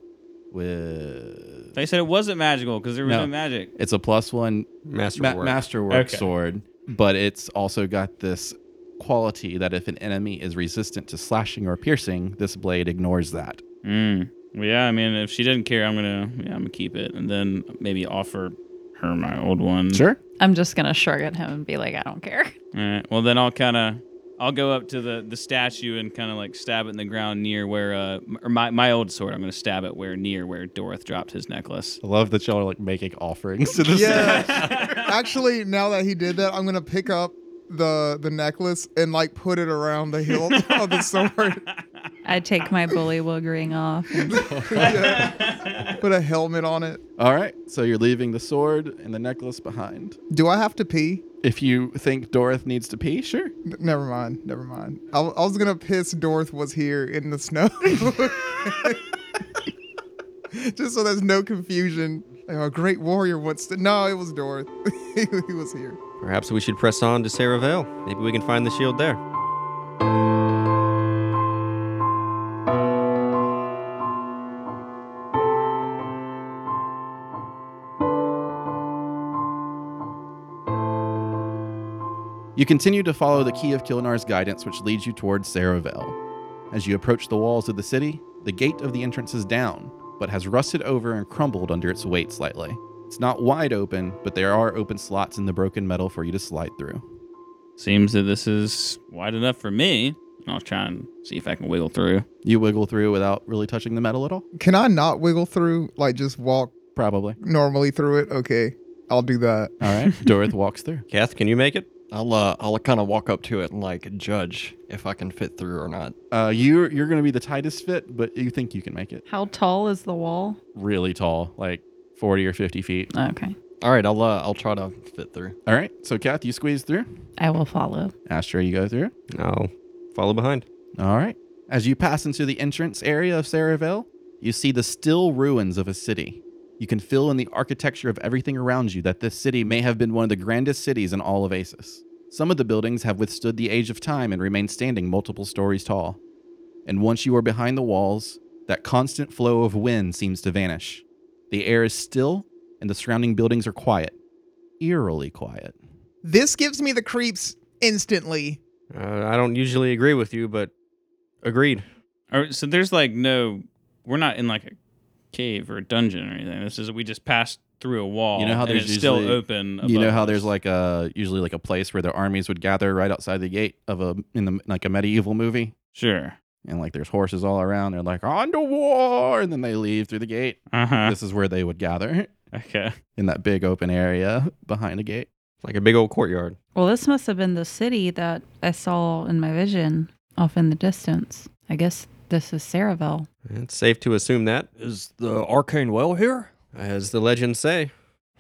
Speaker 1: with
Speaker 4: they said, it wasn't magical because there was
Speaker 1: No.
Speaker 4: no magic.
Speaker 1: it's a plus one
Speaker 6: Master
Speaker 1: ma-
Speaker 6: word.
Speaker 1: masterwork
Speaker 4: Okay.
Speaker 1: sword, but it's also got this quality that if an enemy is resistant to slashing or piercing, this blade ignores that.
Speaker 4: Mm. Well, yeah, I mean, if she didn't care, I'm gonna, yeah, I'm gonna keep it, and then maybe offer her my old one.
Speaker 1: Sure.
Speaker 5: I'm just gonna shrug at him and be like, I don't care.
Speaker 4: All right. Well, then I'll kind of, I'll go up to the the statue and kind of like stab it in the ground near where, uh, m- or my my old sword. I'm gonna stab it where near where Doroth dropped his necklace.
Speaker 1: I love that y'all are like making offerings to this.
Speaker 3: Yeah. Actually, now that he did that, I'm gonna pick up the the necklace and like put it around the hilt of the sword.
Speaker 5: I take my bullywuggering off. and-
Speaker 3: Put a helmet on it.
Speaker 1: All right, so you're leaving the sword and the necklace behind.
Speaker 3: Do I have to pee?
Speaker 1: If you think Dorothy needs to pee, sure.
Speaker 3: N- Never mind. Never mind. I, w- I was gonna piss. Dorth was here in the snow, just so there's no confusion. Like, oh, a great warrior wants to. No, it was Dorth. he, he was here.
Speaker 6: Perhaps we should press on to Sarah Vale. Maybe we can find the shield there.
Speaker 1: You continue to follow the key of Kilnar's guidance, which leads you towards Saravel. As you approach the walls of the city, the gate of the entrance is down, but has rusted over and crumbled under its weight slightly. It's not wide open, but there are open slots in the broken metal for you to slide through.
Speaker 4: Seems that this is wide enough for me. I'll try and see if I can wiggle through.
Speaker 1: You wiggle through without really touching the metal at all?
Speaker 3: Can I not wiggle through? Like just walk
Speaker 1: Probably.
Speaker 3: normally through it? Okay, I'll do that.
Speaker 1: All right. Dorith walks through.
Speaker 6: Kath, can you make it?
Speaker 7: I'll uh, I'll kind of walk up to it and like judge if I can fit through or not.
Speaker 1: Uh, you're you're going to be the tightest fit, but you think you can make it.
Speaker 5: How tall is the wall?
Speaker 1: Really tall, like 40 or 50 feet.
Speaker 5: Okay.
Speaker 7: All right, I'll uh, I'll try to fit through.
Speaker 1: All right. So, Kath, you squeeze through.
Speaker 5: I will follow.
Speaker 1: Astra, you go through.
Speaker 6: I'll follow behind.
Speaker 1: All right. As you pass into the entrance area of Saraville, you see the still ruins of a city. You can feel in the architecture of everything around you that this city may have been one of the grandest cities in all of Asis. Some of the buildings have withstood the age of time and remain standing multiple stories tall. And once you are behind the walls, that constant flow of wind seems to vanish. The air is still, and the surrounding buildings are quiet, eerily quiet.
Speaker 3: This gives me the creeps instantly.
Speaker 6: Uh, I don't usually agree with you, but agreed.
Speaker 4: All right, so there's like no, we're not in like a cave or a dungeon or anything. This is we just passed through a wall.
Speaker 1: You know how
Speaker 4: and
Speaker 1: there's
Speaker 4: it's still
Speaker 1: usually-
Speaker 4: open.
Speaker 1: you know
Speaker 4: above
Speaker 1: how
Speaker 4: us.
Speaker 1: there's like a usually like a place where their armies would gather right outside the gate of a in the like a medieval movie
Speaker 4: sure.
Speaker 1: and like there's horses all around they're like on to war and then they leave through the gate
Speaker 4: Uh huh.
Speaker 1: this is where they would gather
Speaker 4: Okay.
Speaker 1: in that big open area behind a gate
Speaker 6: Like a big old courtyard.
Speaker 5: Well, this must have been the city that I saw in my vision off in the distance. I guess this is Saraville.
Speaker 6: It's safe to assume that,
Speaker 7: Is the arcane well here?
Speaker 6: as the legends say.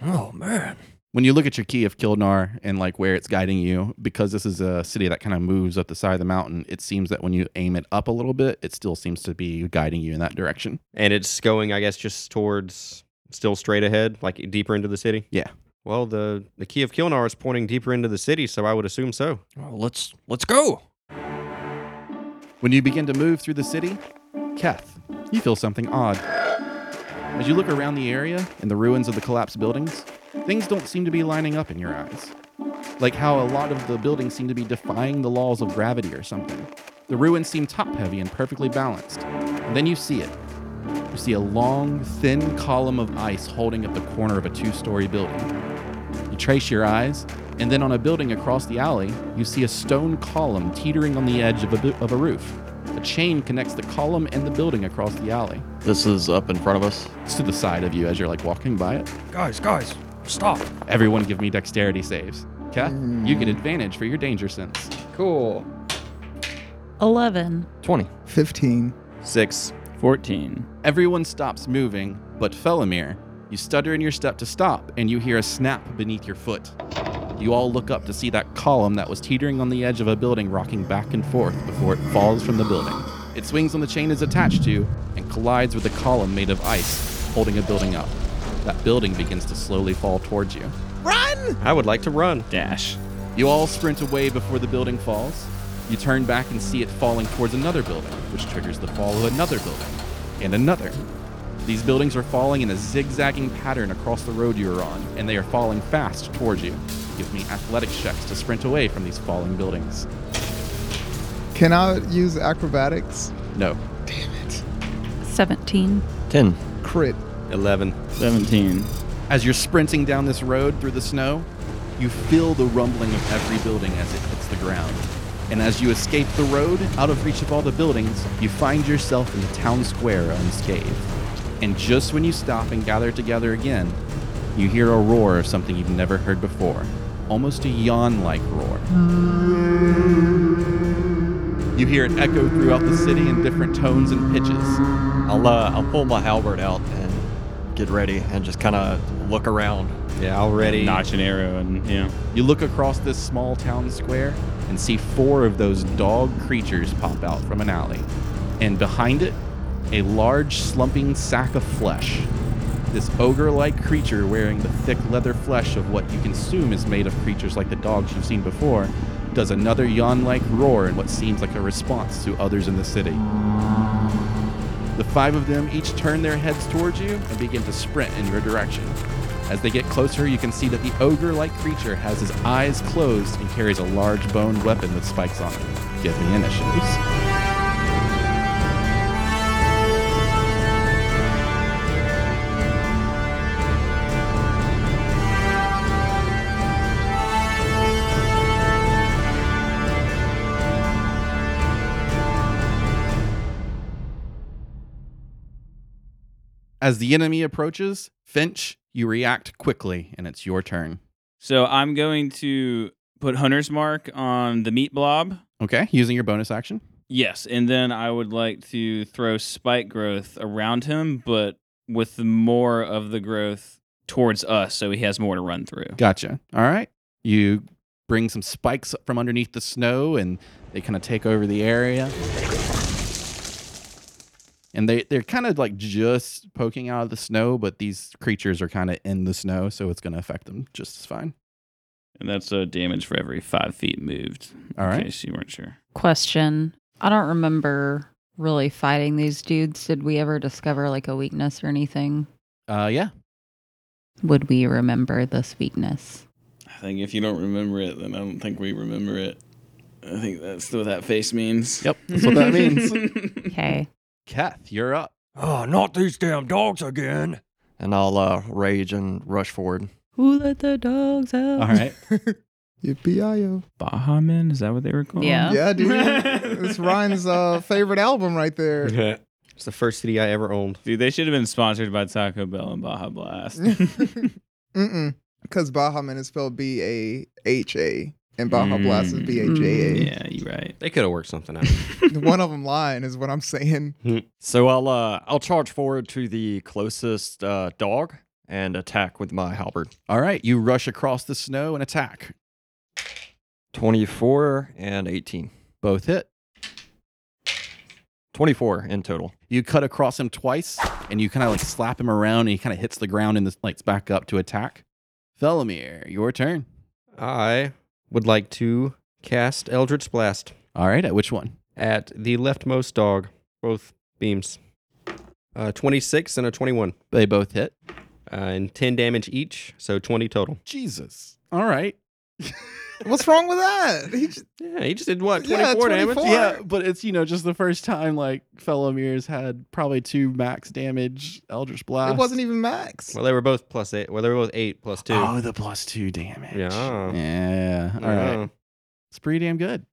Speaker 7: Oh man.
Speaker 1: when you look at your key of Kilnar and like where it's guiding you, because this is a city that kind of moves up the side of the mountain, it seems that when you aim it up a little bit, it still seems to be guiding you in that direction.
Speaker 6: And it's going, I guess, just towards still straight ahead, like deeper into the city.
Speaker 1: Yeah.
Speaker 6: Well, the, the key of Kilnar is pointing deeper into the city, so I would assume so.
Speaker 7: Well, let's let's go.
Speaker 1: When you begin to move through the city, Keth, you feel something odd. As you look around the area and the ruins of the collapsed buildings, things don't seem to be lining up in your eyes. Like how a lot of the buildings seem to be defying the laws of gravity or something. The ruins seem top heavy and perfectly balanced. And then you see it. You see a long, thin column of ice holding up the corner of a two story building. You trace your eyes, and then on a building across the alley, you see a stone column teetering on the edge of a, bu- of a roof. A chain connects the column and the building across the alley.
Speaker 7: This is up in front of us.
Speaker 1: It's to the side of you as you're like walking by it.
Speaker 7: Guys, guys, stop.
Speaker 1: Everyone give me dexterity saves. Kath, you
Speaker 7: Mm.
Speaker 1: get advantage for your danger sense.
Speaker 3: Cool.
Speaker 5: 11.
Speaker 7: 20.
Speaker 3: Fifteen.
Speaker 6: Six.
Speaker 4: Fourteen.
Speaker 1: Everyone stops moving, but Felomir, you stutter in your step to stop, and you hear a snap beneath your foot. You all look up to see that column that was teetering on the edge of a building rocking back and forth before it falls from the building. It swings on the chain it's attached to and collides with a column made of ice holding a building up. That building begins to slowly fall towards you.
Speaker 6: I would like to run.
Speaker 4: Dash.
Speaker 1: You all sprint away before the building falls. You turn back and see it falling towards another building, which triggers the fall of another building and another. These buildings are falling in a zigzagging pattern across the road you are on, and they are falling fast towards you. Give me athletics checks to sprint away from these falling buildings.
Speaker 3: Can I use acrobatics?
Speaker 1: No.
Speaker 5: 17.
Speaker 7: 10.
Speaker 3: Crit.
Speaker 6: Eleven.
Speaker 4: Seventeen.
Speaker 1: As you're sprinting down this road through the snow, you feel the rumbling of every building as it hits the ground. And as you escape the road, out of reach of all the buildings, you find yourself in the town square unscathed. And just when you stop and gather together again, you hear a roar of something you've never heard before, almost a yawn like roar. You hear it echo throughout the city in different tones and pitches.
Speaker 7: I'll uh, I'll pull my halberd out and get ready and just kind of look around.
Speaker 6: Yeah, already.
Speaker 4: Notch an arrow and yeah.
Speaker 1: You look across this small town square and see four of those dog creatures pop out from an alley. And behind it, a large slumping sack of flesh. This ogre like creature wearing the thick leather flesh of what you can assume is made of creatures like the dogs you've seen before does another yawn like roar in what seems like a response to others in the city. The five of them each turn their heads towards you and begin to sprint in your direction. As they get closer, you can see that the ogre like creature has his eyes closed and carries a large bone weapon with spikes on it. Give me initiatives. As the enemy approaches, Finch, you react quickly and it's your turn.
Speaker 4: So I'm going to put Hunter's Mark on the meat blob.
Speaker 1: Okay, using your bonus action.
Speaker 4: Yes, and then I would like to throw spike growth around him, but with more of the growth towards us, so he has more to run through.
Speaker 1: Gotcha. All right. You bring some spikes up from underneath the snow and they kind of take over the area. And they, they're kind of like just poking out of the snow, but these creatures are kind of in the snow, so it's going to affect them just as fine.
Speaker 4: And that's a damage for every five feet moved.
Speaker 1: All right.
Speaker 4: In case you weren't sure.
Speaker 5: Question. I don't remember really fighting these dudes. Did we ever discover like a weakness or anything?
Speaker 1: Uh, yeah.
Speaker 5: Would we remember this weakness?
Speaker 4: I think if you don't remember it, then I don't think we remember it. I think that's what that face means.
Speaker 1: Yep. That's what that means.
Speaker 5: Okay.
Speaker 1: Kath, you're up.
Speaker 7: Oh, not these damn dogs again! And I'll uh, rage and rush forward.
Speaker 5: Who let the dogs out?
Speaker 1: All right.
Speaker 3: Yippee-yo.
Speaker 4: Baha Men, is that what they were called?
Speaker 5: Yeah.
Speaker 3: Yeah, dude. it's Ryan's uh, favorite album right there.
Speaker 6: It's the first city I ever owned.
Speaker 4: Dude, they should have been sponsored by Taco Bell and Baja Blast.
Speaker 3: Mm-mm. Because Baja Man is spelled B A H A, and Baja
Speaker 4: Mm.
Speaker 3: Blast is B A
Speaker 1: Mm.
Speaker 3: J
Speaker 4: yeah, you're right.
Speaker 6: They could have worked something out.
Speaker 3: A. One of them lying is what I'm saying.
Speaker 7: So I'll uh, I'll charge forward to the closest uh, dog and attack with my halberd.
Speaker 1: All right. You rush across the snow and attack.
Speaker 7: Twenty-four and eighteen.
Speaker 1: Both hit.
Speaker 7: Twenty-four in total.
Speaker 1: You cut across him twice, and you kind of like slap him around, and he kind of hits the ground and this lights back up to attack. Felomir, your turn.
Speaker 6: I would like to cast Eldritch Blast
Speaker 1: All right, at which one?
Speaker 6: at the leftmost dog, both beams. Uh, 26 and a 21,
Speaker 1: They both hit.
Speaker 6: uh, and 10 damage each, so 20 total.
Speaker 1: Jesus. All right.
Speaker 3: What's wrong with that? He just,
Speaker 6: Yeah, he just did what?
Speaker 3: Yeah,
Speaker 6: 24 damage?
Speaker 3: 24.
Speaker 1: Yeah, but it's you know just the first time like Felomir's had probably two max damage Eldritch Blast.
Speaker 3: it wasn't even max.
Speaker 6: Well, they were both plus eight. Well, they were both eight plus two.
Speaker 1: Oh, the plus two damage.
Speaker 6: Yeah.
Speaker 1: Yeah. All
Speaker 6: Yeah.
Speaker 1: right. It's pretty damn good.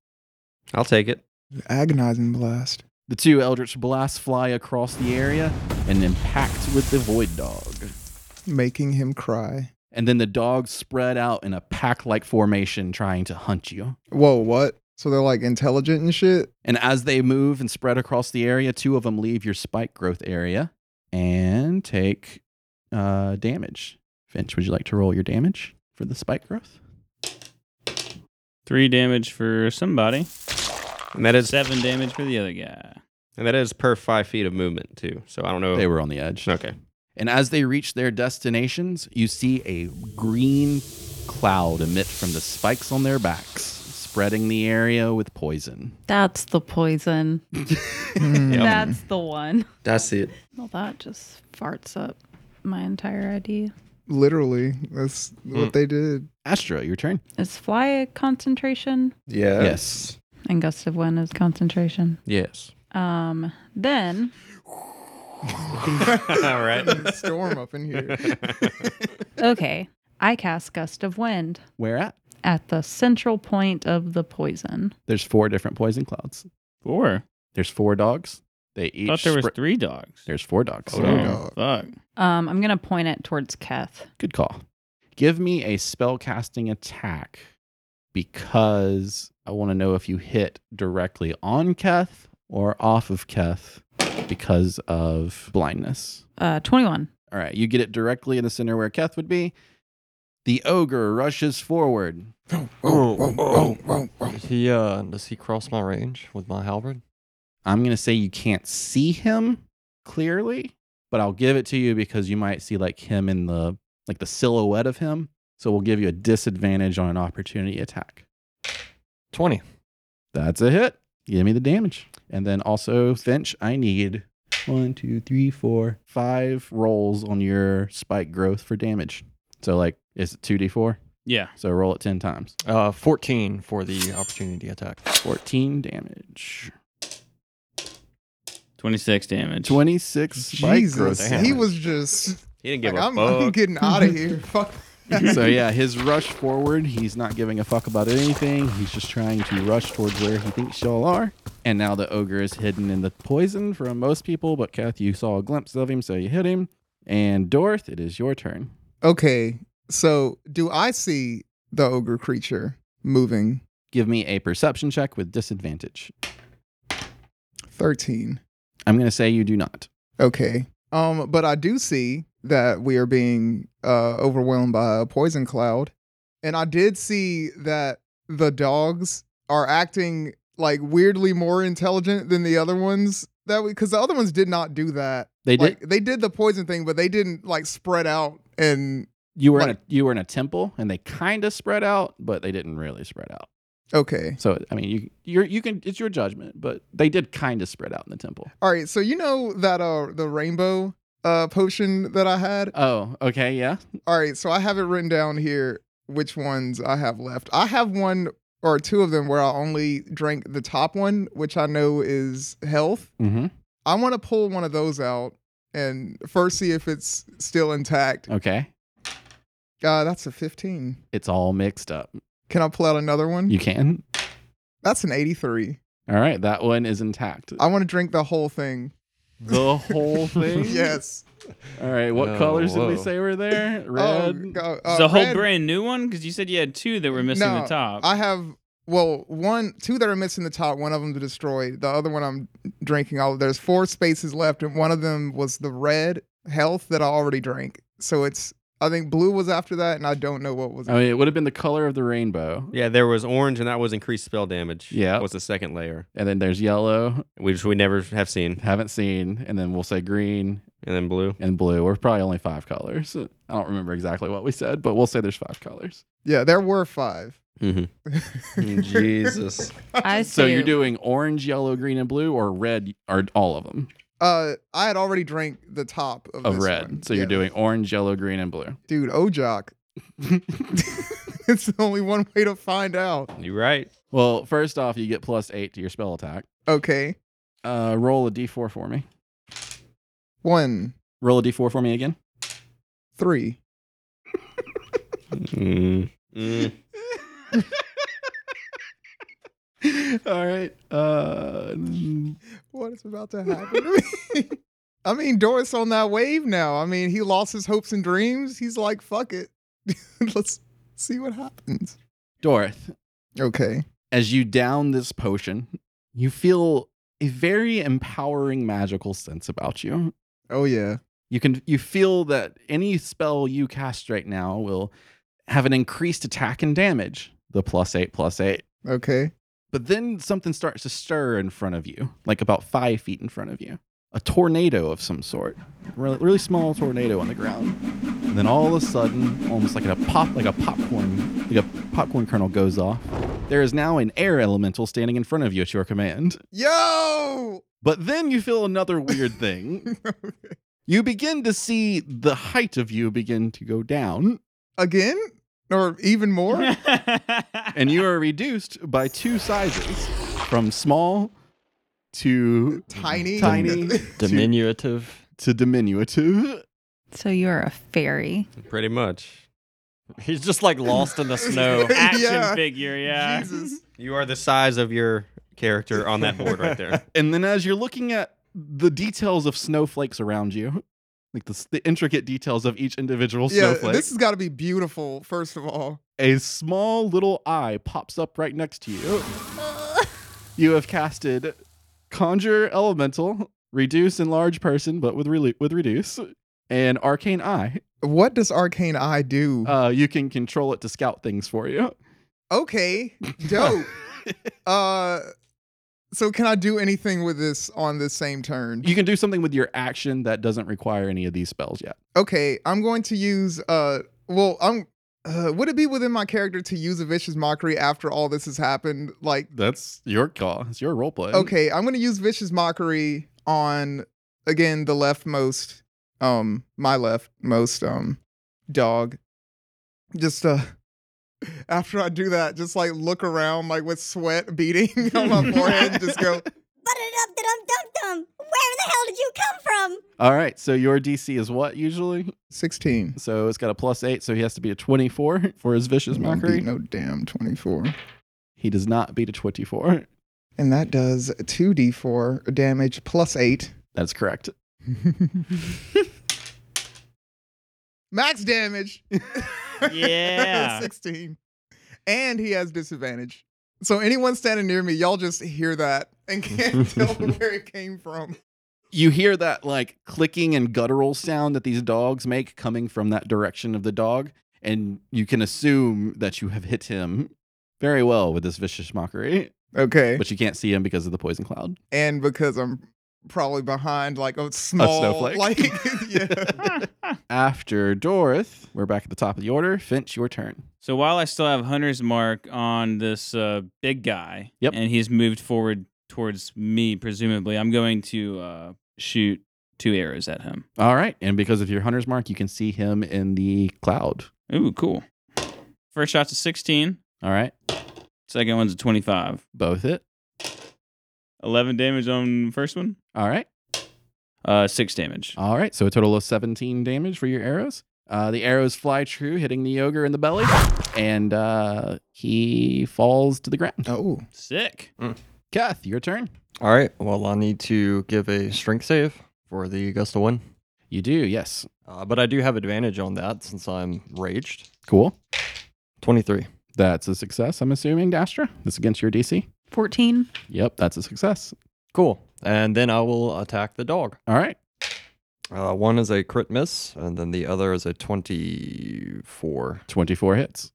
Speaker 6: I'll take it.
Speaker 3: Agonizing blast.
Speaker 1: The two Eldritch Blasts fly across the area and impact with the Void Dog.
Speaker 3: Making him cry.
Speaker 1: And then the dogs spread out in a pack like formation trying to hunt you.
Speaker 3: Whoa, what? So they're like intelligent and shit?
Speaker 1: And as they move and spread across the area, two of them leave your spike growth area and take uh, damage. Finch, would you like to roll your damage for the spike growth?
Speaker 4: Three damage for somebody,
Speaker 6: And that is
Speaker 4: seven damage for the other guy.
Speaker 6: and that is per five feet of movement too. So I don't know.
Speaker 1: They were on the edge.
Speaker 6: okay.
Speaker 1: And as they reach their destinations, you see a green cloud emit from the spikes on their backs, spreading the area with poison.
Speaker 5: That's the poison.
Speaker 3: Mm.
Speaker 5: That's the one.
Speaker 6: That's it.
Speaker 5: Well, that just farts up my entire idea.
Speaker 3: Literally, that's
Speaker 6: Hmm.
Speaker 3: what they did.
Speaker 1: Astra, your turn.
Speaker 5: Is fly a concentration?
Speaker 6: Yeah.
Speaker 1: Yes.
Speaker 5: And gust of wind is concentration.
Speaker 6: Yes.
Speaker 5: Um, then
Speaker 6: All right.
Speaker 3: Storm up in here.
Speaker 5: okay, I cast gust of wind
Speaker 1: Where at?
Speaker 5: at the central point of the poison.
Speaker 1: There's four different poison clouds.
Speaker 4: Four.
Speaker 1: There's four dogs. They each.
Speaker 4: Thought there was
Speaker 1: spr-
Speaker 4: three dogs.
Speaker 1: There's four dogs.
Speaker 3: Four dogs.
Speaker 4: Oh, fuck.
Speaker 5: Um, I'm gonna point it towards Keth.
Speaker 1: Good call. Give me a spell casting attack because I want to know if you hit directly on Keth or off of Keth because of blindness.
Speaker 5: Uh, 21.
Speaker 1: All right, you get it directly in the center where Keth would be. The ogre rushes forward.
Speaker 7: Does he uh does he cross my range with my halberd?
Speaker 1: I'm going to say you can't see him clearly, but I'll give it to you because you might see like him in the like the silhouette of him. So we'll give you a disadvantage on an opportunity attack.
Speaker 7: Twenty.
Speaker 1: That's a hit. Give me the damage. And then also, Finch, I need one, two, three, four, five rolls on your spike growth for damage. So, like, is it 2d4?
Speaker 4: Yeah.
Speaker 1: So roll it 10 times.
Speaker 7: Uh fourteen for the opportunity attack.
Speaker 1: 14 damage.
Speaker 4: 26 damage.
Speaker 1: 26 spike
Speaker 3: Jesus,
Speaker 1: growth.
Speaker 3: he was just.
Speaker 6: He didn't
Speaker 3: Like,
Speaker 6: give a
Speaker 3: I'm, I'm
Speaker 6: fuck.
Speaker 3: getting out of here. Fuck.
Speaker 1: so yeah, his rush forward, he's not giving a fuck about anything. He's just trying to rush towards where he thinks y'all are. And now the ogre is hidden in the poison from most people, but Kath, you saw a glimpse of him, so you hit him. And Dorth, it is your turn.
Speaker 3: Okay, so do I see the ogre creature moving?
Speaker 1: Give me a perception check with disadvantage.
Speaker 3: Thirteen.
Speaker 1: I'm gonna say you do not.
Speaker 3: Okay. Um, but I do see that we are being uh overwhelmed by a poison cloud, and I did see that the dogs are acting like weirdly more intelligent than the other ones. That because the other ones did not do that.
Speaker 1: They did.
Speaker 3: like they did the poison thing, but they didn't like spread out and
Speaker 1: you were in a
Speaker 3: like-
Speaker 1: you were in a temple, and they kind of spread out, but they didn't really spread out.
Speaker 3: okay.
Speaker 1: So I mean, you you're, you can it's your judgment, but they did kind of spread out in the temple.
Speaker 3: All right, so you know that uh the rainbow uh potion that I had?
Speaker 1: Oh, okay, yeah.
Speaker 3: All right, so I have it written down here which ones I have left. I have one or two of them where I only drank the top one, which I know is health.
Speaker 1: Mm-hmm.
Speaker 3: I want to pull one of those out and first see if it's still intact.
Speaker 1: Okay.
Speaker 3: Uh that's a 15.
Speaker 1: It's all mixed up.
Speaker 3: Can I pull out another one?
Speaker 1: You can.
Speaker 3: That's an 83.
Speaker 1: All right, that one is intact.
Speaker 3: I want to drink the whole thing.
Speaker 1: The whole thing.
Speaker 3: Yes.
Speaker 1: All right. What
Speaker 7: Oh,
Speaker 1: colors did we
Speaker 7: whoa.
Speaker 1: say were there?
Speaker 3: Oh,
Speaker 1: Red.
Speaker 3: go-
Speaker 4: It's
Speaker 3: uh,
Speaker 4: a whole
Speaker 3: red-
Speaker 4: brand new one because you said you had two that were missing
Speaker 3: No,
Speaker 4: the top.
Speaker 3: I have well one two that are missing the top. One of them destroyed. The other one I'm drinking. All there's four spaces left, and one of them was the red health that I already drank. So it's I think blue was after that, and I don't know what was.
Speaker 1: I mean, it would have been the color of the rainbow,
Speaker 6: Yeah, there was orange, and that was increased spell damage.
Speaker 1: Yeah.
Speaker 6: was the second layer,
Speaker 1: and then there's yellow.
Speaker 6: which we never have seen,
Speaker 1: Haven't seen, and then we'll say green
Speaker 6: and then blue.
Speaker 1: and blue. We're probably only five colors. I don't remember exactly what we said, but we'll say there's five colors.
Speaker 3: yeah, there were five.
Speaker 6: Mhm.
Speaker 7: Jesus.
Speaker 5: I
Speaker 1: Mm-hmm. So you're
Speaker 5: see.
Speaker 1: doing orange, yellow, green, and blue, or red, or all of them
Speaker 3: Uh, I had already drank the top of,
Speaker 1: of
Speaker 3: this
Speaker 1: red.
Speaker 3: one.
Speaker 1: So you're
Speaker 3: Yeah.
Speaker 1: doing orange, yellow, green, and blue.
Speaker 3: dude, Ojok. it's the only one way to find out.
Speaker 6: You right?
Speaker 1: Well, first off, you get plus eight to your spell attack.
Speaker 3: Okay,
Speaker 1: Uh, roll a d4 for me.
Speaker 3: one,
Speaker 1: Roll a d4 for me again.
Speaker 3: three.
Speaker 6: Mm. Mm.
Speaker 1: All right. Uh,
Speaker 3: what is about to happen to me? I mean, Doris on that wave now. I mean, he lost his hopes and dreams. He's like, fuck it. Let's see what happens.
Speaker 1: Dorth,
Speaker 3: Okay.
Speaker 1: as you down this potion, you feel a very empowering magical sense about you.
Speaker 3: Oh, yeah.
Speaker 1: You can you feel that any spell you cast right now will have an increased attack and damage, the plus 8 plus 8.
Speaker 3: Okay.
Speaker 1: But then something starts to stir in front of you, like about five feet in front of you. A tornado of some sort, really, really small tornado on the ground. And then all of a sudden, almost like a pop, like a popcorn, like a popcorn kernel goes off. There is now an air elemental standing in front of you at your command.
Speaker 3: Yo!
Speaker 1: But then you feel another weird thing. you begin to see the height of you begin to go down,
Speaker 3: Again? Or even more?
Speaker 1: and you are reduced by two sizes, from small to
Speaker 3: Tiny.
Speaker 1: tiny to,
Speaker 7: Diminutive.
Speaker 1: to diminutive.
Speaker 5: So you're a fairy.
Speaker 6: Pretty much.
Speaker 7: He's just like lost in the snow.
Speaker 4: Action
Speaker 3: Yeah.
Speaker 4: figure, yeah.
Speaker 3: Jesus.
Speaker 6: You are the size of your character on that board right there.
Speaker 1: And then as you're looking at the details of snowflakes around you, like the, s- the intricate details of each individual
Speaker 3: yeah,
Speaker 1: snowflake.
Speaker 3: this has got to be beautiful. First of all,
Speaker 1: a small little eye pops up right next to you. You have casted Conjure Elemental, Reduce Enlarge Person, but with relu- with Reduce, and Arcane Eye.
Speaker 3: what does Arcane Eye do?
Speaker 1: Uh, you can control it to scout things for you.
Speaker 3: okay, dope. uh, so can I do anything with this on this same turn?
Speaker 1: You can do something with your action that doesn't require any of these spells yet.
Speaker 3: okay, I'm going to use uh well, I'm uh, would it be within my character to use a vicious mockery after all this has happened? Like
Speaker 1: That's your call. It's your roleplay.
Speaker 3: okay, I'm going to use vicious mockery on again the leftmost um my leftmost um dog. Just uh after I do that, just like look around like with sweat beating on my forehead, and just go
Speaker 9: Butted up the dum dum dum. Where the hell did you come from?
Speaker 1: All right. So your DC is what usually?
Speaker 3: 16.
Speaker 1: So it's got a plus eight. So he has to be a 24 for his vicious
Speaker 3: Won't beat
Speaker 1: mockery.
Speaker 3: No damn 24.
Speaker 1: He does not beat a 24.
Speaker 3: And that does 2d4 damage plus 8.
Speaker 1: That's correct.
Speaker 3: Max damage.
Speaker 4: Yeah.
Speaker 3: 16. And he has disadvantage. So anyone standing near me, y'all just hear that and can't tell where it came from.
Speaker 1: you hear that like clicking and guttural sound that these dogs make coming from that direction of the dog, and you can assume that you have hit him very well with this vicious mockery,
Speaker 3: Okay.
Speaker 1: but you can't see him because of the poison cloud.
Speaker 3: And because I'm probably behind like a small
Speaker 1: snowflake.
Speaker 3: like yeah.
Speaker 1: After Dorith, we're back at the top of the order. Finch, your turn.
Speaker 4: So while I still have Hunter's Mark on this uh, big guy,
Speaker 1: Yep.
Speaker 4: and he's moved forward towards me, presumably, I'm going to uh, shoot two arrows at him.
Speaker 1: All right, and because of your hunter's mark, you can see him in the cloud.
Speaker 4: Ooh, cool. First shot's a 16,
Speaker 1: All right,
Speaker 4: second one's a 25.
Speaker 1: both it.
Speaker 4: 11 damage on the first one,
Speaker 1: All right,
Speaker 4: uh, 6 damage.
Speaker 1: all right. So a total of seventeen damage for your arrows. Uh, the arrows fly true, hitting the ogre in the belly, and uh, he falls to the ground.
Speaker 3: Oh.
Speaker 4: Sick.
Speaker 1: Mm. Kath, your turn.
Speaker 7: All right. Well, I need to give a strength save for the gust of one,
Speaker 1: You do, yes.
Speaker 7: uh, but I do have advantage on that since I'm raged.
Speaker 1: Cool.
Speaker 7: Twenty-three.
Speaker 1: That's a success, I'm assuming, Dastra. This against your DC.
Speaker 5: 14.
Speaker 1: Yep, that's a success.
Speaker 7: Cool. And then I will attack the dog.
Speaker 1: All right.
Speaker 7: Uh, one is a crit miss, and then the other is a 24.
Speaker 1: 24 hits.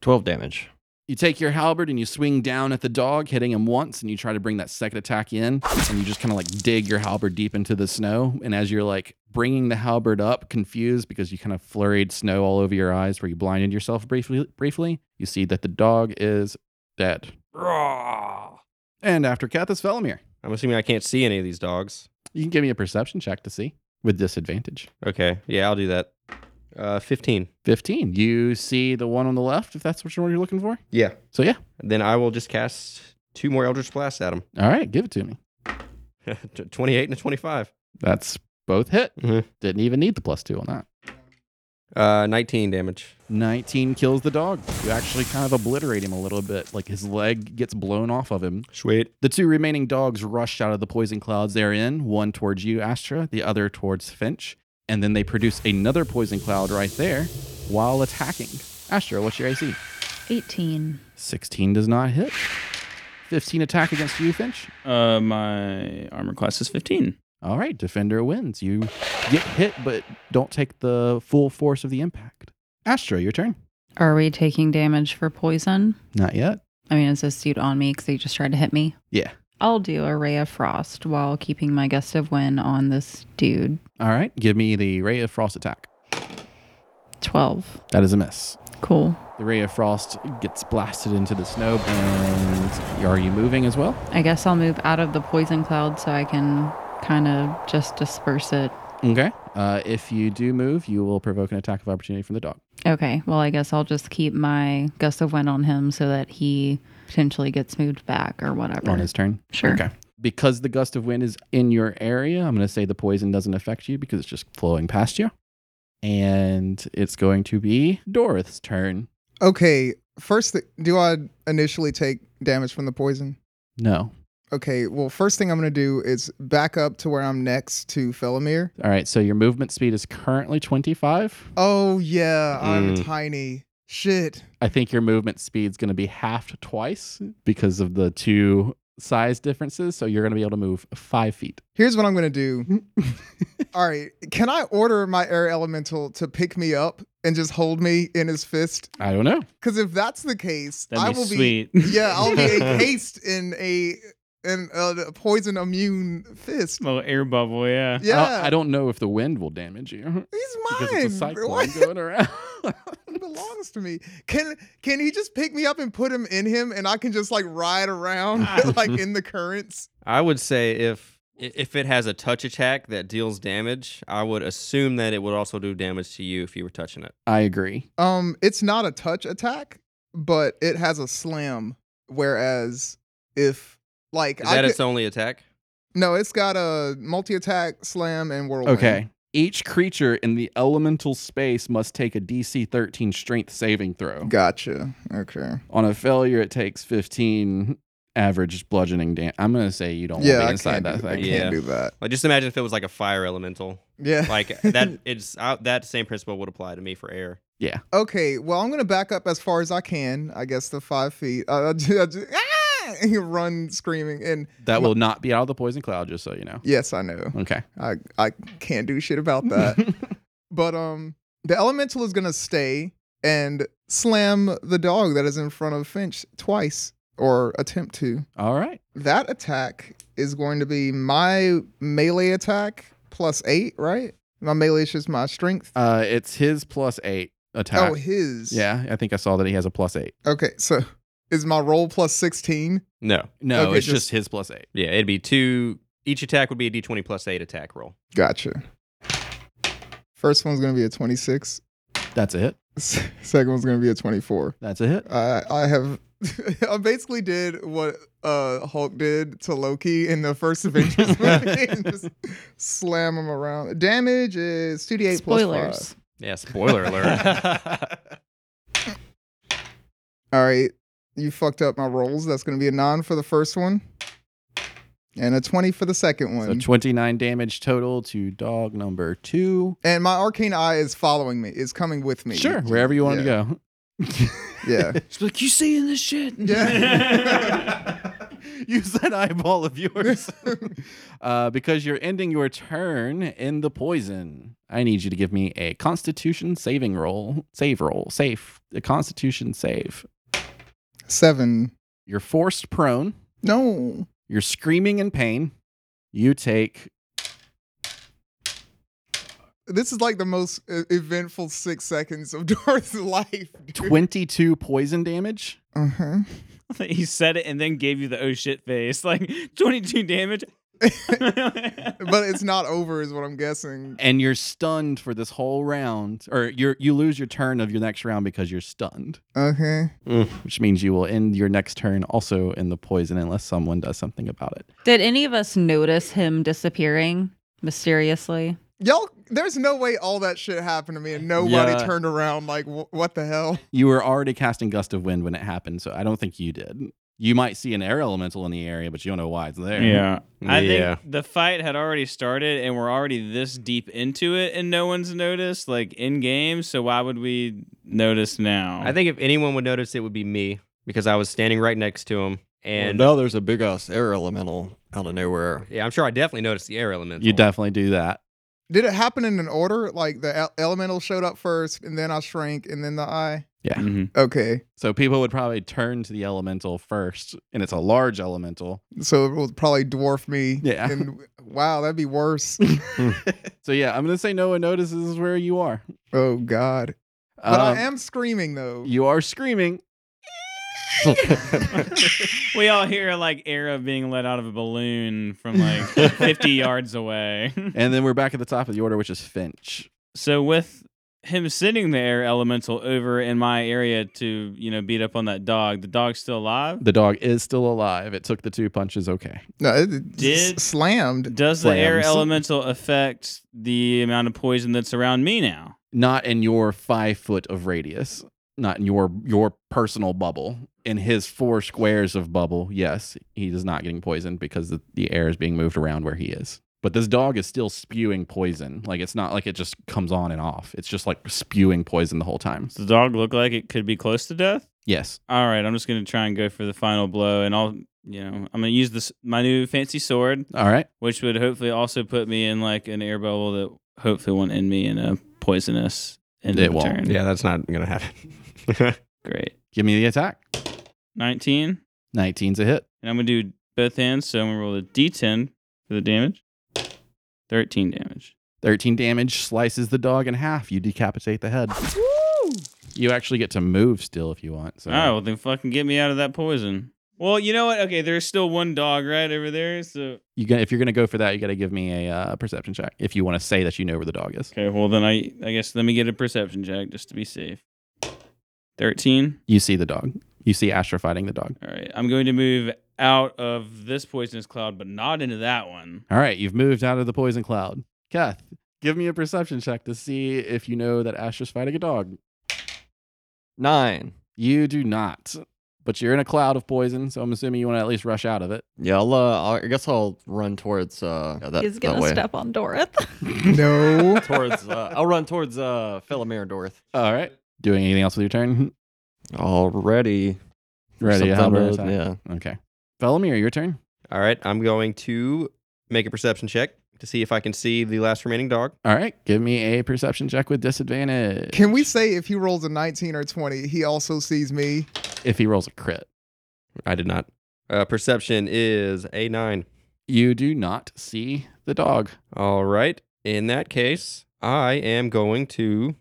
Speaker 7: 12 damage.
Speaker 1: You take your halberd and you swing down at the dog, hitting him once, and you try to bring that second attack in, and you just kind of like dig your halberd deep into the snow. And as you're like bringing the halberd up, confused because you kind of flurried snow all over your eyes, where you blinded yourself briefly, briefly, you see that the dog is dead. And after Kath is Felomir.
Speaker 6: I'm assuming I can't see any of these dogs.
Speaker 1: You can give me a perception check to see with disadvantage.
Speaker 6: Okay, yeah, I'll do that. Uh, 15.
Speaker 1: 15. You see the one on the left, if that's what you're looking for?
Speaker 6: Yeah.
Speaker 1: So, yeah.
Speaker 6: Then I will just cast two more Eldritch Blasts at him.
Speaker 1: All right, give it to me.
Speaker 6: 28 and a 25.
Speaker 1: That's both hit.
Speaker 6: Mhm.
Speaker 1: Didn't even need the plus two on that.
Speaker 6: Uh, 19 damage.
Speaker 1: 19 kills the dog. You actually kind of obliterate him a little bit. Like his leg gets blown off of him.
Speaker 6: Sweet.
Speaker 1: The two remaining dogs rush out of the poison clouds they're in, one towards you, Astra, the other towards Finch. And then they produce another poison cloud right there while attacking. Astra, what's your AC?
Speaker 5: 18.
Speaker 1: 16 does not hit. 15 attack against you, Finch.
Speaker 4: Uh, my armor class is 15.
Speaker 1: All right, defender wins. You get hit, but don't take the full force of the impact. Astra, your turn.
Speaker 5: Are we taking damage for poison?
Speaker 1: Not yet.
Speaker 5: I mean, is this dude on me because he just tried to hit me?
Speaker 1: Yeah.
Speaker 5: I'll do a ray of frost while keeping my gust of wind on this dude.
Speaker 1: All right, give me the ray of frost attack.
Speaker 5: 12.
Speaker 1: That is a miss.
Speaker 5: Cool.
Speaker 1: The ray of frost gets blasted into the snow. And are you moving as well?
Speaker 5: I guess I'll move out of the poison cloud so I can kind of just disperse it.
Speaker 1: Okay. Uh, if you do move, you will provoke an attack of opportunity from the dog.
Speaker 5: Okay. Well, I guess I'll just keep my gust of wind on him so that he potentially gets moved back or whatever.
Speaker 1: on his turn.
Speaker 5: Sure.
Speaker 1: Okay. Because the gust of wind is in your area, I'm going to say the poison doesn't affect you because it's just flowing past you. And it's going to be Dorith's turn.
Speaker 3: Okay, first th- do I initially take damage from the poison?
Speaker 1: No.
Speaker 3: Okay, well, first thing I'm going to do is back up to where I'm next to Felomir.
Speaker 1: All right, so your movement speed is currently 25.
Speaker 3: Oh, yeah, I'm
Speaker 6: Mm.
Speaker 3: tiny. Shit.
Speaker 1: I think your movement speed's going to be halved twice because of the two size differences. So you're going to be able to move five feet.
Speaker 3: Here's what I'm going to do. All right, can I order my air elemental to pick me up and just hold me in his fist?
Speaker 1: I don't know.
Speaker 3: Because if that's the case,
Speaker 4: That'd
Speaker 3: I
Speaker 4: be
Speaker 3: will
Speaker 4: sweet.
Speaker 3: be yeah, I'll be encased in a in a poison immune fist.
Speaker 4: Little air bubble, yeah.
Speaker 1: I
Speaker 3: Yeah,
Speaker 1: don't- I don't know if the wind will damage you because it's a
Speaker 3: he's mine. bro.
Speaker 1: cyclone going around.
Speaker 3: He belongs to me. Can can he just pick me up and put him in him, and I can just like ride around like in the currents?
Speaker 6: I would say if i- if it has a touch attack that deals damage, I would assume that it would also do damage to you if you were touching it.
Speaker 1: I agree.
Speaker 3: Um, it's not a touch attack, but it has a slam. Whereas if like
Speaker 6: Is
Speaker 3: I
Speaker 6: that
Speaker 3: could-
Speaker 6: its only attack?
Speaker 3: no, it's got a multi attack, slam, and whirlwind.
Speaker 1: Okay. Each creature in the elemental space must take a DC 13 strength saving throw.
Speaker 3: gotcha. Okay.
Speaker 1: On a failure, it takes 15 average bludgeoning damage. I'm going to say you don't
Speaker 3: yeah,
Speaker 1: want to be
Speaker 3: I
Speaker 1: inside
Speaker 3: can't,
Speaker 1: that
Speaker 3: do, I
Speaker 1: thing.
Speaker 3: can't
Speaker 6: Yeah.
Speaker 3: do that.
Speaker 6: Like just imagine if it was like a fire elemental.
Speaker 3: Yeah,
Speaker 6: Like that it's uh, that same principle would apply to me for air.
Speaker 3: Okay, well, I'm gonna back up as far as I can. I guess the five feet. Uh, I ju- I ju- ah! and run screaming, and
Speaker 10: That
Speaker 1: That will not be out of the poison cloud, just so you know.
Speaker 3: yes, I know.
Speaker 1: Okay.
Speaker 3: I I can't do shit about that. but um, the elemental is gonna stay and slam the dog that is in front of Finch twice, or attempt to.
Speaker 1: All right.
Speaker 3: That attack is going to be my melee attack plus eight, right? My melee is just my strength.
Speaker 1: Uh, it's his plus eight attack.
Speaker 3: Oh, his.
Speaker 1: yeah, I think I saw that he has a plus eight.
Speaker 3: Okay, so is my roll plus sixteen?
Speaker 6: No.
Speaker 1: No,
Speaker 3: Okay,
Speaker 1: it's
Speaker 3: just-
Speaker 1: just his plus eight.
Speaker 6: Yeah, it'd be two each attack would be a D twenty plus eight attack roll.
Speaker 3: Gotcha. First one's gonna be a 26.
Speaker 1: That's it.
Speaker 3: S- Second one's gonna be a 24.
Speaker 1: That's it.
Speaker 3: I I have I basically did what uh Hulk did to Loki in the first Avengers movie and just slam him around. Damage is 2d8 plus
Speaker 5: Spoilers.
Speaker 3: five.
Speaker 6: Yeah, spoiler alert.
Speaker 3: All right, you fucked up my rolls. That's gonna be a nine for the first one, and a 20 for the second
Speaker 1: So
Speaker 3: one.
Speaker 1: 29 damage total to dog number two.
Speaker 3: and my arcane eye is following me. Is coming with me.
Speaker 1: Sure, wherever you want
Speaker 3: yeah,
Speaker 1: to go.
Speaker 3: Yeah.
Speaker 4: She's like, you seeing this shit?
Speaker 3: Yeah.
Speaker 1: Use that eyeball of yours. uh, because you're ending your turn in the poison. I need you to give me a constitution saving roll. Save roll. Safe. A constitution save.
Speaker 3: Seven.
Speaker 1: You're forced prone.
Speaker 3: No.
Speaker 1: You're screaming in pain. You take
Speaker 3: This is like the most uh, eventful six seconds of Darth's life.
Speaker 1: 22 poison damage.
Speaker 3: Uh-huh.
Speaker 4: he said it and then gave you the oh shit face. Like 22 damage.
Speaker 3: But it's not over, is what I'm guessing.
Speaker 1: And you're stunned for this whole round, or you're, you lose your turn of your next round because you're stunned,
Speaker 3: Okay.
Speaker 4: Mm.
Speaker 1: which means you will end your next turn also in the poison unless someone does something about it.
Speaker 5: Did any of us notice him disappearing mysteriously?
Speaker 3: Y'all, there's no way all that shit happened to me and nobody
Speaker 1: Yeah.
Speaker 3: turned around like, wh- what the hell?
Speaker 1: You were already casting Gust of Wind when it happened, so I don't think you did. You might see an air elemental in the area, but you don't know why it's there.
Speaker 4: yeah. I
Speaker 6: Yeah.
Speaker 4: think the fight had already started and we're already this deep into it and no one's noticed, like in game. So why would we notice now?
Speaker 6: I think if anyone would notice it would be me because I was standing right next to him and
Speaker 7: well, now there's a big ass air elemental out of nowhere.
Speaker 6: yeah, I'm sure I definitely noticed the air elemental.
Speaker 1: You definitely do that.
Speaker 3: Did it happen in an order? Like the el- elemental showed up first, and then I shrank, and then the eye?
Speaker 4: Mhm.
Speaker 3: Okay.
Speaker 1: So people would probably turn to the elemental first, and it's a large elemental.
Speaker 3: So it will probably dwarf me.
Speaker 1: Yeah.
Speaker 3: And wow, that'd be worse.
Speaker 1: So yeah, I'm gonna say no one notices where you are.
Speaker 3: oh, God. But
Speaker 1: Um,
Speaker 3: I am screaming, though.
Speaker 1: You are screaming.
Speaker 4: we all hear like air being let out of a balloon from like 50 yards away.
Speaker 1: And then we're back at the top of the order, which is Finch.
Speaker 4: So with him sitting there, elemental over in my area to you know beat up on that dog. The dog's still alive.
Speaker 1: The dog is still alive. It took the two punches. Okay.
Speaker 3: no, it- it
Speaker 4: Did-
Speaker 3: s- slammed.
Speaker 4: Does the air
Speaker 1: Slams.
Speaker 4: elemental affect the amount of poison that's around me now?
Speaker 1: Not in your five foot of radius. not in your your personal bubble in his four squares of bubble yes he is not getting poisoned because the, the air is being moved around where he is but this dog is still spewing poison like it's not like it just comes on and off it's just like spewing poison the whole time
Speaker 4: Does the dog look like it could be close to death?
Speaker 1: yes
Speaker 4: All right, I'm just gonna try and go for the final blow, and I'll, you know, I'm gonna use this my new fancy sword,
Speaker 1: all right
Speaker 4: which would hopefully also put me in like an air bubble that hopefully won't end me in a poisonous end
Speaker 1: It
Speaker 4: of the
Speaker 1: won't.
Speaker 4: turn.
Speaker 6: Yeah, that's not gonna happen.
Speaker 4: great.
Speaker 1: give me the attack
Speaker 4: 19,
Speaker 1: 19's a hit
Speaker 4: and I'm gonna do both hands, so I'm gonna roll a d10 for the damage. 13 damage.
Speaker 1: 13 damage slices the dog in half you decapitate the head you actually get to move still if you want so
Speaker 4: Oh, well, then fucking get me out of that poison. Well, you know what? Okay, there's still one dog right over there, so
Speaker 1: you got if you're gonna go for that you gotta give me a uh, perception check if you want to say that you know where the dog is
Speaker 4: Okay, well then I I guess let me get a perception check just to be safe. Thirteen.
Speaker 1: you see the dog you see astra fighting the dog
Speaker 4: All right, I'm going to move out of this poisonous cloud, but not into that one.
Speaker 1: All right, you've moved out of the poison cloud. Kath, give me a perception check to see if you know that Astra's fighting a dog.
Speaker 7: Nine.
Speaker 1: You do not, but you're in a cloud of poison, so I'm assuming you want to at least rush out of it.
Speaker 7: Yeah, I'll, uh, I'll- I guess I'll run towards uh, yeah, that,
Speaker 5: He's
Speaker 7: that
Speaker 5: gonna
Speaker 7: way.
Speaker 5: step on Dorith.
Speaker 3: No.
Speaker 7: towards uh, I'll run towards uh, Philomere Dorth.
Speaker 1: All right. Doing anything else with your turn?
Speaker 7: Already.
Speaker 1: Ready to help her
Speaker 7: Something
Speaker 1: attack?
Speaker 7: to- yeah.
Speaker 1: Okay. Felomir, your turn.
Speaker 6: All right, I'm going to make a perception check to see if I can see the last remaining dog.
Speaker 1: All right. Give me a perception check with disadvantage.
Speaker 3: Can we say if he rolls a 19 or 20, he also sees me?
Speaker 1: If he rolls a crit,
Speaker 6: I did not. Uh, perception is a nine.
Speaker 1: you do not see the dog.
Speaker 6: All right. In that case, I am going to.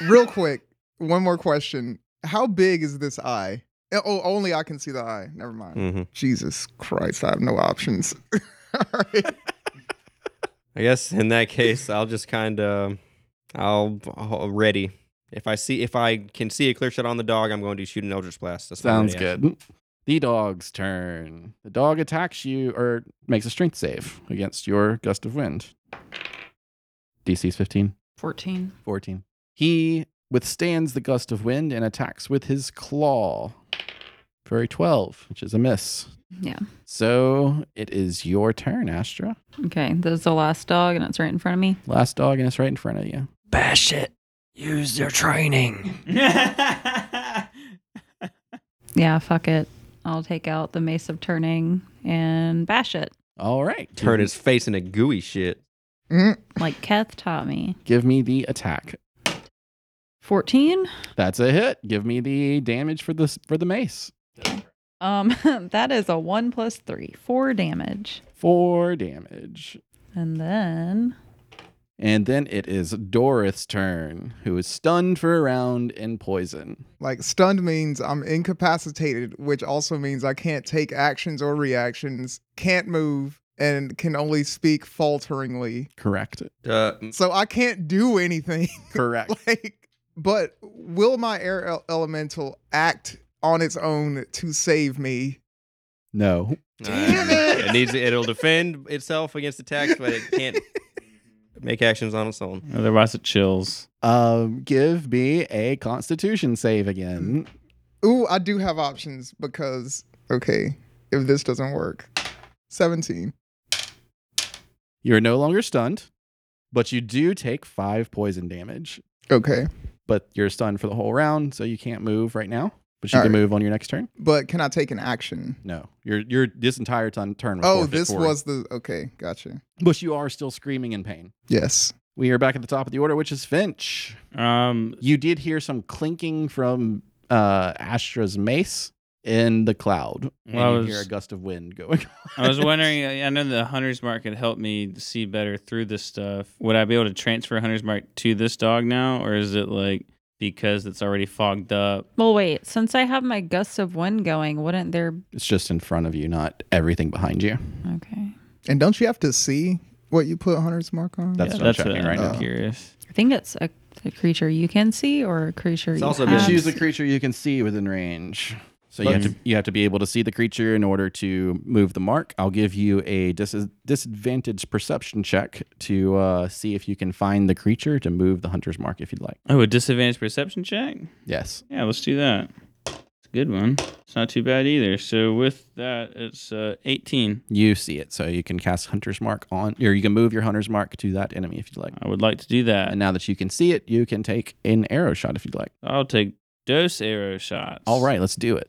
Speaker 3: Real quick, one more question. How big is this eye? Oh, only I can see the eye. Never mind.
Speaker 6: Mhm.
Speaker 3: Jesus Christ, I have no options. All right.
Speaker 6: I guess in that case, I'll just kind of. I'll, I'll ready. If I see if I can see a clear shot on the dog, I'm going to shoot an eldritch blast. That's my
Speaker 1: Sounds
Speaker 6: ready action.
Speaker 1: good. The dog's turn. The dog attacks you or makes a strength save against your gust of wind. DC's 15.
Speaker 5: Fourteen.
Speaker 1: 14. He withstands the gust of wind and attacks with his claw for a 12, which is a miss.
Speaker 5: Yeah.
Speaker 1: So it is your turn, Astra.
Speaker 5: Okay, this is the last dog, and it's right in front of me.
Speaker 1: Last dog, and it's right in front of you.
Speaker 7: Bash it. Use their training.
Speaker 5: Yeah, fuck it. I'll take out the Mace of Turning and bash it,
Speaker 1: All right.
Speaker 6: Turn his face into gooey shit.
Speaker 3: Mm,
Speaker 5: like Keth taught me.
Speaker 1: Give me the attack.
Speaker 5: Fourteen.
Speaker 1: That's a hit. Give me the damage for the for the mace.
Speaker 5: Um, that is a one plus three, four damage,
Speaker 1: Four damage.
Speaker 5: and then
Speaker 1: And then it is Dorith's turn, who is stunned for a round and poison.
Speaker 3: Like stunned means I'm incapacitated, which also means I can't take actions or reactions, can't move, and can only speak falteringly.
Speaker 1: Correct.
Speaker 6: Uh,
Speaker 3: So I can't do anything.
Speaker 1: Correct.
Speaker 3: like, but will my air el- elemental act on its own to save me?
Speaker 1: No.
Speaker 3: Damn it!
Speaker 6: it needs it'll defend itself against attacks, but it can't make actions on its own.
Speaker 4: Otherwise, it chills.
Speaker 1: Um, give me a Constitution save again.
Speaker 3: Ooh, I do have options because okay, if this doesn't work, seventeen.
Speaker 1: You're no longer stunned, but you do take five poison damage.
Speaker 3: Okay,
Speaker 1: But you're stunned for the whole round, so you can't move right now. But you
Speaker 3: All
Speaker 1: can
Speaker 3: right.
Speaker 1: move on your next turn.
Speaker 3: but can I take an action?
Speaker 1: No, you're you're this entire ton, turn. was
Speaker 3: Oh,
Speaker 1: forfeit
Speaker 3: this
Speaker 1: for-
Speaker 3: was the okay. Gotcha.
Speaker 1: But you are still screaming in pain.
Speaker 3: Yes.
Speaker 1: We are back at the top of the order, which is Finch.
Speaker 4: Um,
Speaker 1: You did hear some clinking from uh, Astra's mace in the cloud, and
Speaker 4: Well, I
Speaker 1: you
Speaker 4: was-
Speaker 1: hear a gust of wind going.
Speaker 4: I was wondering. I I know the hunter's mark could help me see better through this stuff. Would I be able to transfer hunter's mark to this dog now, or is it like because it's already fogged up?
Speaker 5: Well, wait. Since I have my gusts of wind going, wouldn't there?
Speaker 1: It's just in front of you, not everything behind you.
Speaker 5: Okay.
Speaker 3: And don't you have to see what you put Hunter's mark on? Oh.
Speaker 1: That's what
Speaker 4: that's
Speaker 1: I'm checking
Speaker 4: what
Speaker 1: right
Speaker 4: I'm
Speaker 1: now.
Speaker 4: curious.
Speaker 5: I think it's a, a creature you can see or a creature
Speaker 6: It's
Speaker 5: you
Speaker 6: also
Speaker 5: have.
Speaker 1: Choose a creature you can see within range. So you have to you have to be able to see the creature in order to move the mark. I'll give you a dis- disadvantage perception check to uh, see if you can find the creature to move the hunter's mark if you'd like.
Speaker 4: Oh, a disadvantage perception check?
Speaker 1: Yes.
Speaker 4: Yeah, let's do that. It's a good one. It's not too bad either. So with that, it's uh, 18.
Speaker 1: You see it, so you can cast Hunter's Mark on, or you can move your Hunter's Mark to that enemy if you'd like.
Speaker 4: I would like to do that.
Speaker 1: And now that you can see it, you can take an arrow shot if you'd like.
Speaker 4: I'll take dose arrow shots.
Speaker 1: All right, let's do it.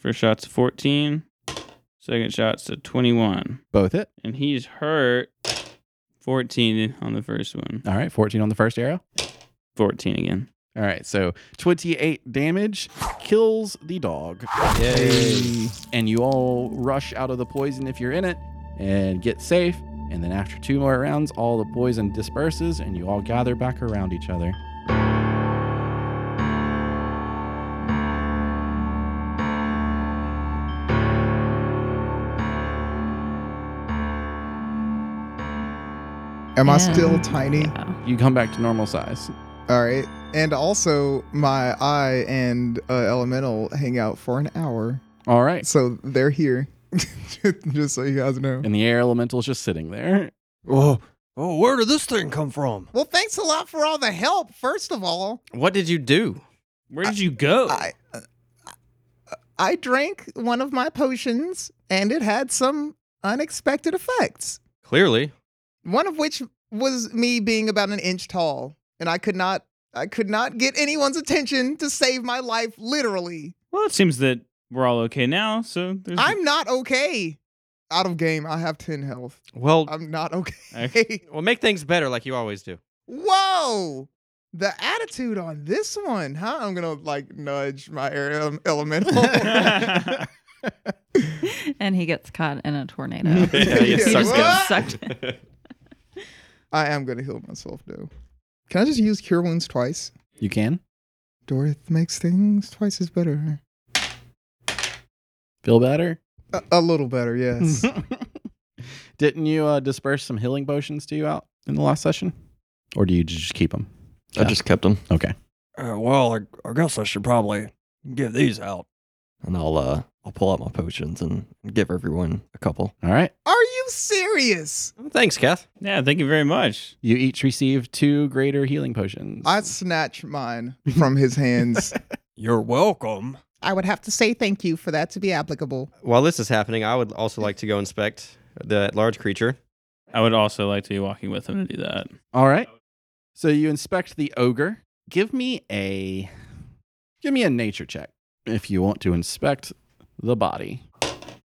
Speaker 4: First shot's a 14. Second shot's a 21.
Speaker 1: Both hit.
Speaker 4: And he's hurt 14 on the first one.
Speaker 1: All right, 14 on the first arrow.
Speaker 4: 14 again.
Speaker 1: All right, so 28 damage kills the dog. Yay. And you all rush out of the poison if you're in it and get safe. And then after two more rounds, all the poison disperses and you all gather back around each other.
Speaker 3: Am I
Speaker 5: And-
Speaker 3: still tiny?
Speaker 5: Yeah.
Speaker 1: You come back to normal size.
Speaker 3: All right. And also, my eye and uh, elemental hang out for an hour,
Speaker 1: All right.
Speaker 3: so they're here. Just so you guys know.
Speaker 1: And the air elemental's just sitting there.
Speaker 7: Oh, oh, where did this thing come from?
Speaker 3: Well, thanks a lot for all the help. First of all,
Speaker 6: What did you do?
Speaker 4: Where did you go?
Speaker 3: I I drank one of my potions, and it had some unexpected effects.
Speaker 6: Clearly.
Speaker 3: One of which was me being about an inch tall, and I could not I could not get anyone's attention to save my life. Literally,
Speaker 4: well, it seems that we're all okay now. So there's
Speaker 3: I'm not okay. Out of game, I have ten health.
Speaker 6: Well,
Speaker 3: I'm not okay.
Speaker 4: Okay.
Speaker 6: well, make things better like you always do.
Speaker 3: Whoa! The attitude on this one, huh? I'm gonna like nudge my air ele- elemental.
Speaker 5: and he gets caught in a tornado.
Speaker 3: he
Speaker 6: It sucks,
Speaker 3: What?
Speaker 6: guys.
Speaker 5: Sucked in.
Speaker 3: I am gonna heal myself though. Can I just use cure wounds twice?
Speaker 1: You can?
Speaker 3: Dorith makes things twice as better.
Speaker 1: Feel better?
Speaker 3: A, a little better, yes.
Speaker 1: Didn't you uh, disperse some healing potions to you out in the last session? Or do you just keep them?
Speaker 7: I just kept them.
Speaker 1: Okay.
Speaker 7: Uh, well, I, I guess I should probably give these out, and I'll uh, I'll pull out my potions and give everyone a couple.
Speaker 1: All right.
Speaker 3: Are you serious?
Speaker 6: Well, Thanks, Kath.
Speaker 4: yeah, thank you very much.
Speaker 1: You each receive two greater healing potions.
Speaker 3: I snatch mine from his hands.
Speaker 7: You're welcome.
Speaker 3: I would have to say thank you for that to be applicable.
Speaker 6: While this is happening, I would also like to go inspect that large creature.
Speaker 4: I would also like to be walking with him to do that.
Speaker 1: All right. So you inspect the ogre. Give me a give me a nature check if you want to inspect the body.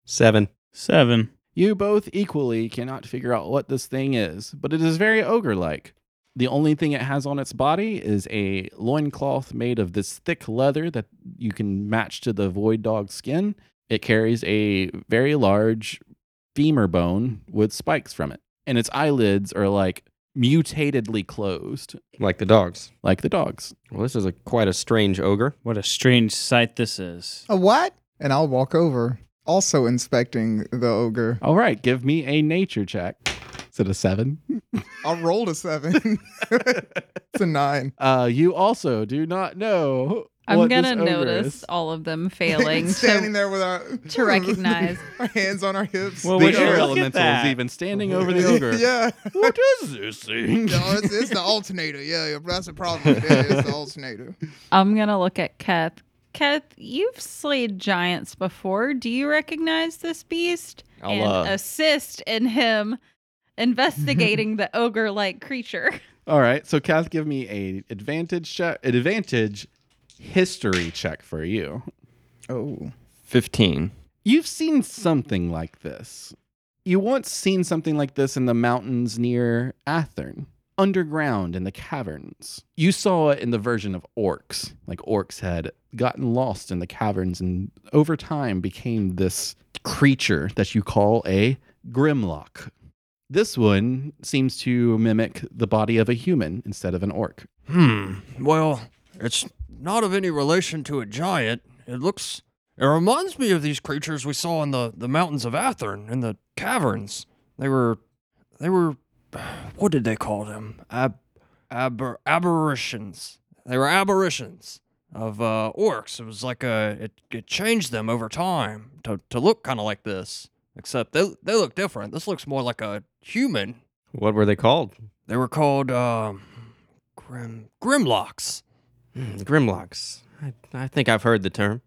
Speaker 6: Seven.
Speaker 4: Seven.
Speaker 1: You both equally cannot figure out what this thing is, but it is very ogre like. The only thing it has on its body is a loincloth made of this thick leather that you can match to the void dog skin. It carries a very large femur bone with spikes from it, and its eyelids are like mutatedly closed,
Speaker 6: Like the dogs.
Speaker 1: like the dog's.
Speaker 6: Well, this is a quite a strange ogre.
Speaker 4: What a strange sight this is.
Speaker 3: A what? And I'll walk over, also inspecting the ogre.
Speaker 1: All right, give me a nature check. Is it a seven?
Speaker 3: I rolled a seven. it's a nine.
Speaker 1: Uh, you also do not know.
Speaker 5: I'm
Speaker 1: what this
Speaker 5: gonna
Speaker 1: ogre
Speaker 5: notice
Speaker 1: is.
Speaker 5: all of them failing.
Speaker 3: standing
Speaker 5: to,
Speaker 3: there with our
Speaker 5: to recognize.
Speaker 3: our hands on our hips.
Speaker 4: Well,
Speaker 1: The
Speaker 4: Would you
Speaker 1: air
Speaker 4: look at
Speaker 1: elemental is
Speaker 4: that?
Speaker 1: even standing over the ogre.
Speaker 3: yeah.
Speaker 1: What is this thing?
Speaker 3: No, it's, it's the alternator. Yeah, yeah, that's the problem. Yeah, it's the alternator.
Speaker 5: I'm gonna look at Keth. Keth, you've slayed giants before. Do you recognize this beast?
Speaker 7: I'll,
Speaker 5: and
Speaker 7: uh,
Speaker 5: assist in him investigating the ogre-like creature.
Speaker 1: All right, so Kath, give me a advantage check, an advantage history check for you.
Speaker 3: Oh,
Speaker 7: Fifteen.
Speaker 1: You've seen something like this. You once seen something like this in the mountains near Athern, underground in the caverns. You saw it in the version of orcs. Like orcs had gotten lost in the caverns and over time became this creature that you call a grimlock. This one seems to mimic the body of a human instead of an orc.
Speaker 7: Hmm. Well, it's not of any relation to a giant. It looks. It reminds me of these creatures we saw in the, the mountains of Athern in the caverns. They were. They were. What did they call them? Ab, aber, aberrations. They were aberrations.
Speaker 11: of uh, orcs. It was like a it, it changed them over time to, to look kind of like this, except they they look different. This looks more like a human.
Speaker 6: What were they called?
Speaker 11: They were called um, grim grimlocks.
Speaker 6: Hmm, Grimlocks. I, I think I've heard the term.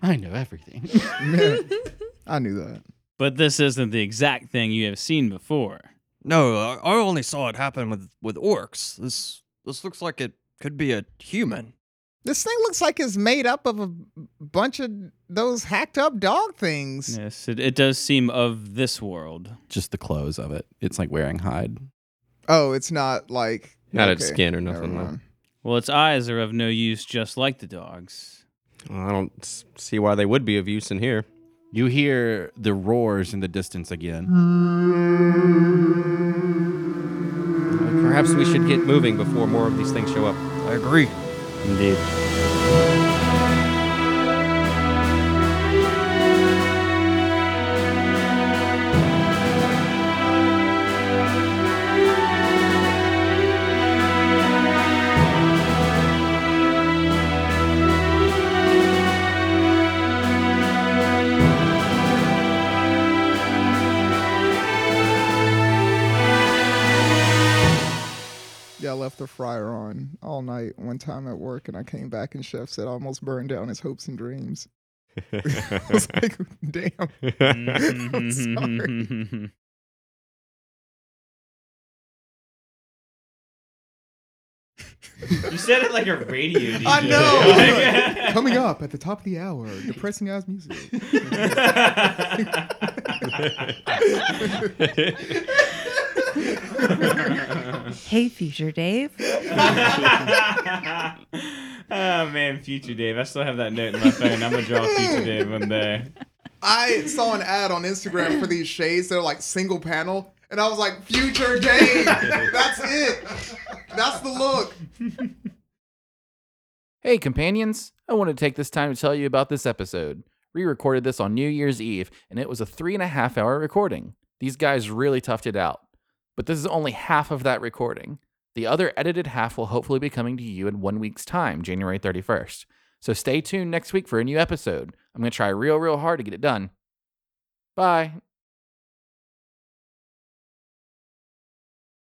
Speaker 1: I know everything.
Speaker 3: I knew that.
Speaker 4: But this isn't the exact thing you have seen before.
Speaker 11: No, I, I only saw it happen with with orcs. This this looks like it could be a human.
Speaker 3: This thing looks like it's made up of a bunch of those hacked up dog things.
Speaker 4: Yes, it, it does seem of this world.
Speaker 1: Just the clothes of it. It's like wearing hide.
Speaker 3: Oh, it's not like
Speaker 6: Not
Speaker 3: okay,
Speaker 6: its skin or
Speaker 3: Never
Speaker 6: nothing. no.
Speaker 3: mind.
Speaker 4: Well, its eyes are of no use, just like the dog's.
Speaker 6: Well, I don't s- see why they would be of use in here.
Speaker 1: You hear the roars in the distance again.
Speaker 6: Perhaps we should get moving before more of these things show up.
Speaker 11: I agree.
Speaker 4: Indeed.
Speaker 3: Yeah, I left the fryer on all night one time at work, and I came back and chef said I almost burned down his hopes and dreams. I was like, damn.
Speaker 6: Mm-hmm,
Speaker 3: I'm sorry.
Speaker 4: you said it like a radio DJ.
Speaker 3: I know. Coming up at the top of the hour, depressing ass music.
Speaker 5: Hey, future Dave.
Speaker 4: oh man, future Dave. I still have that note in my phone. I'm gonna draw future Dave one day.
Speaker 3: I saw an ad on Instagram for these shades. They're like single panel, and I was like, future Dave. That's it. That's the look.
Speaker 12: Hey, companions! I want to take this time to tell you about this episode. We recorded this on New Year's Eve, and it was a three and a half hour recording. These guys really toughed it out. But this is only half of that recording. The other edited half will hopefully be coming to you in one week's time, January 31st. So stay tuned next week for a new episode. I'm going to try real, real hard to get it done. Bye.